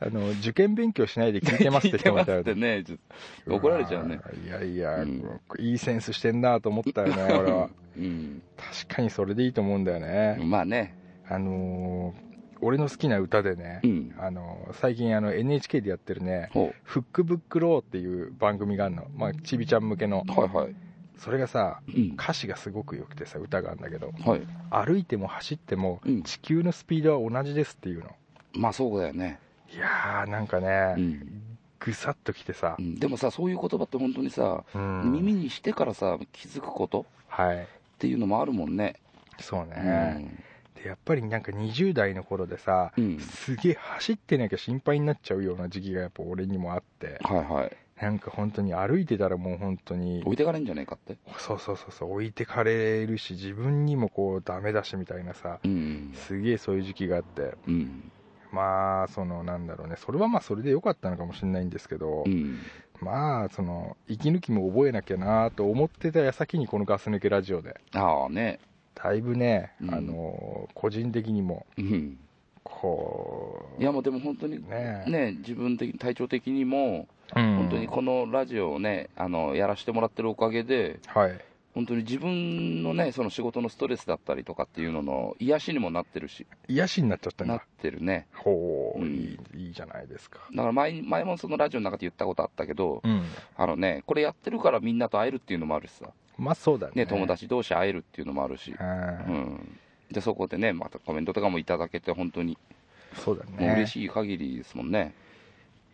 [SPEAKER 3] あの、受験勉強しないで聞いてますって人もいたよ
[SPEAKER 4] 聞いてますって
[SPEAKER 3] ね。
[SPEAKER 4] ね、ちょっと怒られちゃうね。
[SPEAKER 3] わー。いやいや、
[SPEAKER 4] うん
[SPEAKER 3] いいセンスしてんなと思ったよね、俺は。
[SPEAKER 4] うん。
[SPEAKER 3] 確かにそれでいいと思うんだよね。
[SPEAKER 4] まあね、
[SPEAKER 3] あのー俺の好きな歌でね、
[SPEAKER 4] うん。
[SPEAKER 3] あのー最近あの NHK でやってるね、
[SPEAKER 4] ほ
[SPEAKER 3] フックブックローっていう番組があるの。まあ、ちびちゃん向けの
[SPEAKER 4] う。。はいはい。
[SPEAKER 3] それがさ、
[SPEAKER 4] うん。
[SPEAKER 3] 歌詞がすごく良くてさ、歌があるんだけど、
[SPEAKER 4] はい。
[SPEAKER 3] 歩いても走っても
[SPEAKER 4] うん
[SPEAKER 3] 地球のスピードは同じですっていうの。
[SPEAKER 4] まあそうだよね。
[SPEAKER 3] いやー、なんか
[SPEAKER 4] う
[SPEAKER 3] ね、
[SPEAKER 4] ん。
[SPEAKER 3] ぐさっときてさ
[SPEAKER 4] う、んでもさ、そういう言葉って本当にさ、
[SPEAKER 3] うん
[SPEAKER 4] 耳にしてからさ、気づくこと
[SPEAKER 3] はい。
[SPEAKER 4] っていうのもあるもんね。
[SPEAKER 3] そう
[SPEAKER 4] う
[SPEAKER 3] ね、
[SPEAKER 4] ん。
[SPEAKER 3] でやっぱりなんか20代の頃でさ、
[SPEAKER 4] うん
[SPEAKER 3] すげえ走ってなきゃ心配になっちゃうような時期がやっぱ俺にもあって
[SPEAKER 4] はいはい。
[SPEAKER 3] なんか本当に歩いてたらもう本当に
[SPEAKER 4] 置いてかれんじゃねえかって。
[SPEAKER 3] そうそうそうそう置いてかれるし自分にもこうダメだしみたいなさ
[SPEAKER 4] うん。
[SPEAKER 3] すげえそういう時期があって
[SPEAKER 4] うん。
[SPEAKER 3] まあそのなんだろうねそれはまあそれで良かったのかもしれないんですけど、
[SPEAKER 4] うん。
[SPEAKER 3] まあその息抜きも覚えなきゃなと思ってた矢先にこのガス抜けラジオで
[SPEAKER 4] ああね。
[SPEAKER 3] だいぶね、
[SPEAKER 4] うん
[SPEAKER 3] あの個人的にも
[SPEAKER 4] うん。
[SPEAKER 3] こう
[SPEAKER 4] いやもうでも本当に
[SPEAKER 3] ねえ
[SPEAKER 4] ね、自分的に体調的にも、
[SPEAKER 3] 本
[SPEAKER 4] 本当にこのラジオをね、あのやらせてもらってるおかげで、
[SPEAKER 3] はい
[SPEAKER 4] 本当に自分のね、その仕事のストレスだったりとかっていうのの癒しにもなってるし、
[SPEAKER 3] 癒しになっちゃったん
[SPEAKER 4] なっ
[SPEAKER 3] だ
[SPEAKER 4] てるね、
[SPEAKER 3] ほう、
[SPEAKER 4] うん
[SPEAKER 3] いいいいじゃないですか
[SPEAKER 4] だから前前もそのラジオの中で言ったことあったけど、
[SPEAKER 3] うん
[SPEAKER 4] あのね、これやってるからみんなと会えるっていうのもあるしさ、
[SPEAKER 3] まあそうだね
[SPEAKER 4] ね、友達同士会えるっていうのもあるし、
[SPEAKER 3] う、
[SPEAKER 4] うんん、でそこでね、またコメントとかもいただけて、本当に、
[SPEAKER 3] そうだ
[SPEAKER 4] もう
[SPEAKER 3] ね
[SPEAKER 4] 嬉しい限りですもんね。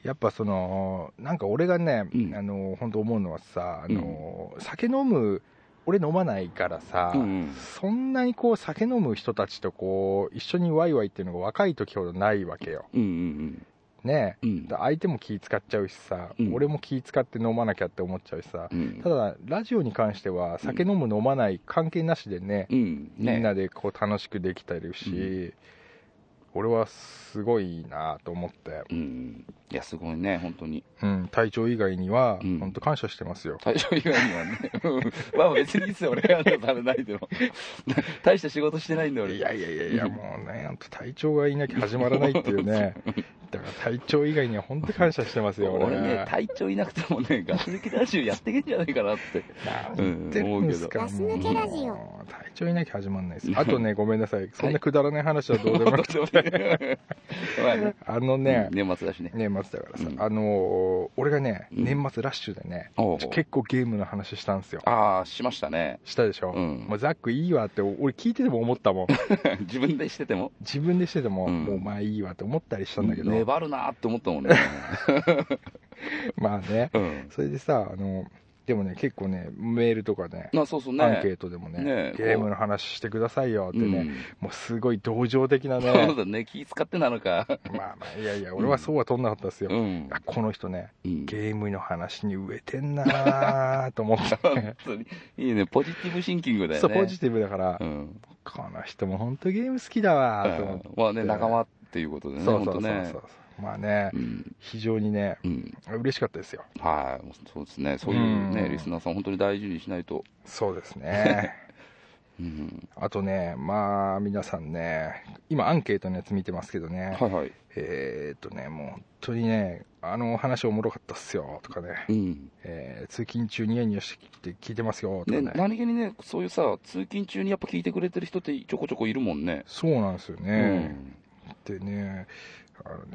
[SPEAKER 3] やっぱそのなんか俺がね、
[SPEAKER 4] うん
[SPEAKER 3] あの本当思うのはさあの、酒飲む俺飲まないからさ、
[SPEAKER 4] うんうん
[SPEAKER 3] そんなにこう酒飲む人たちとこう一緒にワイワイっていうのが若い時ほどないわけよ
[SPEAKER 4] うんうん
[SPEAKER 3] ね
[SPEAKER 4] うんうん
[SPEAKER 3] だ相手も気使っちゃうしさ、
[SPEAKER 4] うん
[SPEAKER 3] 俺も気使って飲まなきゃって思っちゃうしさ
[SPEAKER 4] う、ん
[SPEAKER 3] ただラジオに関しては酒飲む飲まない関係なしでね、
[SPEAKER 4] うんね
[SPEAKER 3] みんなでこう楽しくできたりし、俺はすごいなと思って、
[SPEAKER 4] うん。いや、すごいね、本当に。
[SPEAKER 3] うん、隊長以外には、
[SPEAKER 4] うん
[SPEAKER 3] 本当感謝してますよ。
[SPEAKER 4] 大将以外にはね。うんまあ別にいいっすよ、俺が食べないでも。大した仕事してないんで、俺。
[SPEAKER 3] いやいやいやいや、もうね、本当隊長がいなきゃ始まらないっていうね。だから隊長以外には本当感謝してますよ、
[SPEAKER 4] [LAUGHS] 俺
[SPEAKER 3] 俺
[SPEAKER 4] ね、隊長いなくてもね、ガス抜きラジオやってけんじゃないかなって。
[SPEAKER 3] なん言ってるんですか、
[SPEAKER 5] うん思うけどガス抜けラジオ
[SPEAKER 3] もう隊長いなきゃ始まんないです。あとね、ごめんなさい。そんなくだらない話はどうでも
[SPEAKER 4] [LAUGHS]
[SPEAKER 3] なくて。 [LAUGHS]
[SPEAKER 4] まあね
[SPEAKER 3] あのね、
[SPEAKER 4] 年末だしね。
[SPEAKER 3] 年末だからさ、
[SPEAKER 4] うん
[SPEAKER 3] あのー俺がね、
[SPEAKER 4] うん
[SPEAKER 3] 年末ラッシュでね、
[SPEAKER 4] おう
[SPEAKER 3] 結構ゲームの話したんですよ。
[SPEAKER 4] ああ、しましたね。 [LAUGHS]
[SPEAKER 3] したでしょ、
[SPEAKER 4] うん
[SPEAKER 3] もうザックいいわって、俺聞いてても思った
[SPEAKER 4] [LAUGHS]
[SPEAKER 3] もん。
[SPEAKER 4] 自分でしてても。
[SPEAKER 3] 自分でしてても、
[SPEAKER 4] うん
[SPEAKER 3] もうまあいいわって思ったりしたんだけど、
[SPEAKER 4] 粘るなーって思ったもん
[SPEAKER 3] [LAUGHS]
[SPEAKER 4] ね。
[SPEAKER 3] まあね、
[SPEAKER 4] うん。
[SPEAKER 3] それでさ、あの、でもね、結構ね、メールとかね、
[SPEAKER 4] まあそうそうね。
[SPEAKER 3] アンケートでもね、
[SPEAKER 4] ねえ
[SPEAKER 3] ゲームの話してくださいよってね、
[SPEAKER 4] うん
[SPEAKER 3] もうすごい同情的なね、
[SPEAKER 4] [LAUGHS] そうだね、気使ってなのか。
[SPEAKER 3] まあまあ、いやいや、俺はそうは取んなかったですよ。
[SPEAKER 4] うん。
[SPEAKER 3] あこの人ね、
[SPEAKER 4] うん
[SPEAKER 3] ゲームの話に飢えてんなーと
[SPEAKER 4] [LAUGHS]
[SPEAKER 3] 思った、
[SPEAKER 4] 本当に。いいね、ポジティブシンキングだよ
[SPEAKER 3] そ
[SPEAKER 4] ね。
[SPEAKER 3] う、ポジティブだから、
[SPEAKER 4] うん。
[SPEAKER 3] この人も本当ゲーム好きだわーと思って、
[SPEAKER 4] まあね、仲間っていうことでね、
[SPEAKER 3] そう
[SPEAKER 4] 本
[SPEAKER 3] そう
[SPEAKER 4] 当
[SPEAKER 3] そうそう、
[SPEAKER 4] ね。
[SPEAKER 3] まあね、
[SPEAKER 4] うん。
[SPEAKER 3] 非常にね、
[SPEAKER 4] うん。
[SPEAKER 3] 嬉しかったですよ。
[SPEAKER 4] はい、そうですね。そういう
[SPEAKER 3] う
[SPEAKER 4] ね、
[SPEAKER 3] ん
[SPEAKER 4] リスナーさん、本当に大事にしないと。
[SPEAKER 3] そうです
[SPEAKER 4] [LAUGHS]
[SPEAKER 3] ね。
[SPEAKER 4] うん。
[SPEAKER 3] あとね、まあ、皆さんね、今、アンケートのやつ見てますけどね、
[SPEAKER 4] はいはい。
[SPEAKER 3] えーっとね、もう本当にね、あのお話おもろかったっすよとかね、
[SPEAKER 4] うん。
[SPEAKER 3] えー通勤中ニヤニヤしてきて聞いてますよとか
[SPEAKER 4] ね、
[SPEAKER 3] ね、
[SPEAKER 4] 何気にね、そういうさ、通勤中にやっぱ聞いてくれてる人ってちょこちょこいるもんね。
[SPEAKER 3] そうなんですよ
[SPEAKER 4] う
[SPEAKER 3] ね。
[SPEAKER 4] ん。
[SPEAKER 3] でね、あのね、なん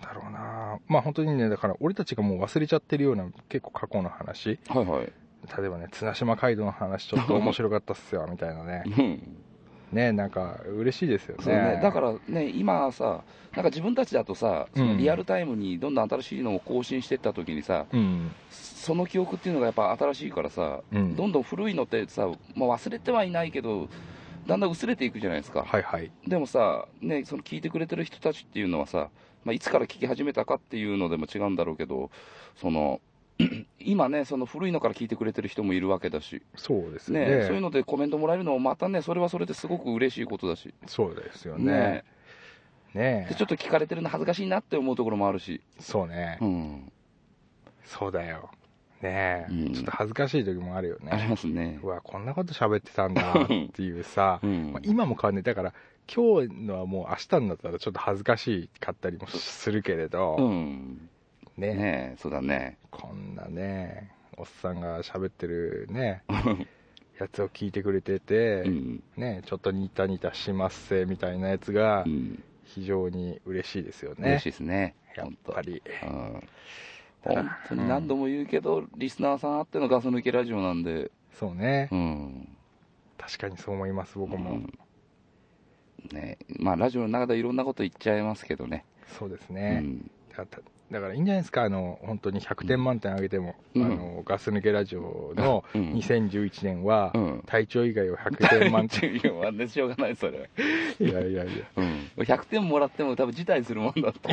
[SPEAKER 3] だろうな、まあ本当にね、だから俺たちがもう忘れちゃってるような結構過去の話、
[SPEAKER 4] はいはい。
[SPEAKER 3] 例えばね、綱島街道の話ちょっ
[SPEAKER 4] [LAUGHS]
[SPEAKER 3] と面白かったっすよみたいなね
[SPEAKER 4] う、ん。
[SPEAKER 3] ね、なんか嬉しいですよね。
[SPEAKER 4] そうね、だからね、今さ、なんか自分たちだとさ、そのリアルタイムにどんどん新しいのを更新していったときにさ、
[SPEAKER 3] うん、
[SPEAKER 4] その記憶っていうのがやっぱ新しいからさ、
[SPEAKER 3] うん
[SPEAKER 4] どんどん古いのってさ、まあ、忘れてはいないけど、だんだん薄れていくじゃないですか、
[SPEAKER 3] はいはい。
[SPEAKER 4] でもさ、ね、その聞いてくれてる人たちっていうのはさ、まあ、いつから聞き始めたかっていうのでも違うんだろうけど、その [CLEARS THROAT] 今ね、その古いのから聞いてくれてる人もいるわけだし、
[SPEAKER 3] そうですね。
[SPEAKER 4] ねそういうのでコメントもらえるのも、またね、それはそれですごく嬉しいことだし、
[SPEAKER 3] そうですよね
[SPEAKER 4] ね。
[SPEAKER 3] ね
[SPEAKER 4] でちょっと聞かれてるの恥ずかしいなって思うところもあるし、
[SPEAKER 3] そうね、
[SPEAKER 4] うん、
[SPEAKER 3] そうだよ。ねえ、
[SPEAKER 4] うん
[SPEAKER 3] ちょっと恥ずかしい時もあるよ
[SPEAKER 4] あり
[SPEAKER 3] ね。
[SPEAKER 4] ますね
[SPEAKER 3] う。わ、こんなこと喋ってたん
[SPEAKER 4] [LAUGHS]
[SPEAKER 3] だっていうさ、
[SPEAKER 4] うん
[SPEAKER 3] まあ今も変わんない。だから、今日のはもう明日になったらちょっと恥ずかしかったりもするけれど、
[SPEAKER 4] うん、
[SPEAKER 3] ね
[SPEAKER 4] ねそうだね。
[SPEAKER 3] こんなね、おっさんが喋ってるね、やつを聞いてくれてて、
[SPEAKER 4] うん
[SPEAKER 3] ね、ちょっとニタニタしますせみたいなやつが
[SPEAKER 4] う、ん
[SPEAKER 3] 非常に嬉しいですよ
[SPEAKER 4] 嬉
[SPEAKER 3] ね
[SPEAKER 4] しい。ですね、
[SPEAKER 3] やっ
[SPEAKER 4] 本当
[SPEAKER 3] ぱり。
[SPEAKER 4] うん
[SPEAKER 3] だな
[SPEAKER 4] 本当に何度も言うけど、リスナーさんあってのガス抜けラジオなんで、
[SPEAKER 3] そうね、
[SPEAKER 4] うん、
[SPEAKER 3] 確かにそう思います、僕も。
[SPEAKER 4] うんねまあ、ラジオの中でいろんなこと言っちゃいますけどね、
[SPEAKER 3] そうです
[SPEAKER 4] う
[SPEAKER 3] ね。
[SPEAKER 4] ん、
[SPEAKER 3] だっただからいいんじゃないですか、あの本当に100点満点あげても、
[SPEAKER 4] うん
[SPEAKER 3] あのガス抜けラジオの
[SPEAKER 4] うん
[SPEAKER 3] 2011年は、
[SPEAKER 4] [LAUGHS] うん
[SPEAKER 3] 体調以外を100点満点、
[SPEAKER 4] 10はね、しょうが [LAUGHS] ない、それ、
[SPEAKER 3] いやいやいや、い
[SPEAKER 4] [LAUGHS] うん、100点もらっても、多分辞退するもんだ [LAUGHS] って、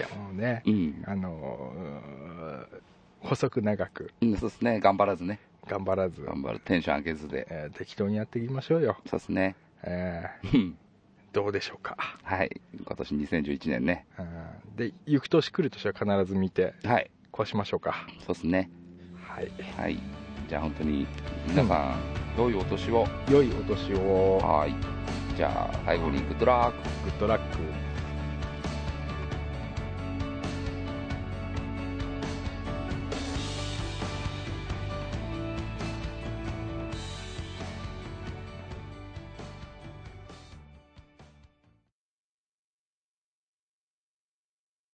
[SPEAKER 3] やもうね、
[SPEAKER 4] うん、
[SPEAKER 3] あのうー細く長く、
[SPEAKER 4] うんそうですね、頑張らずね、
[SPEAKER 3] 頑張らず、
[SPEAKER 4] 頑張る、テンション上げずで、
[SPEAKER 3] えー適当にやっていきましょうよ、
[SPEAKER 4] そうですね、
[SPEAKER 3] えー
[SPEAKER 4] うん
[SPEAKER 3] どうでしょうか。
[SPEAKER 4] はい、今年2011年ね、
[SPEAKER 3] うんで、行く年来る年は必ず見て、
[SPEAKER 4] はい、
[SPEAKER 3] こうしましょうか。
[SPEAKER 4] そうですね、
[SPEAKER 3] はい、
[SPEAKER 4] はい、じゃあ本当に皆さん、良いお年を。
[SPEAKER 3] 良いお年を、
[SPEAKER 4] はい。じゃあ、最後にグッドラック。
[SPEAKER 3] グッドラック。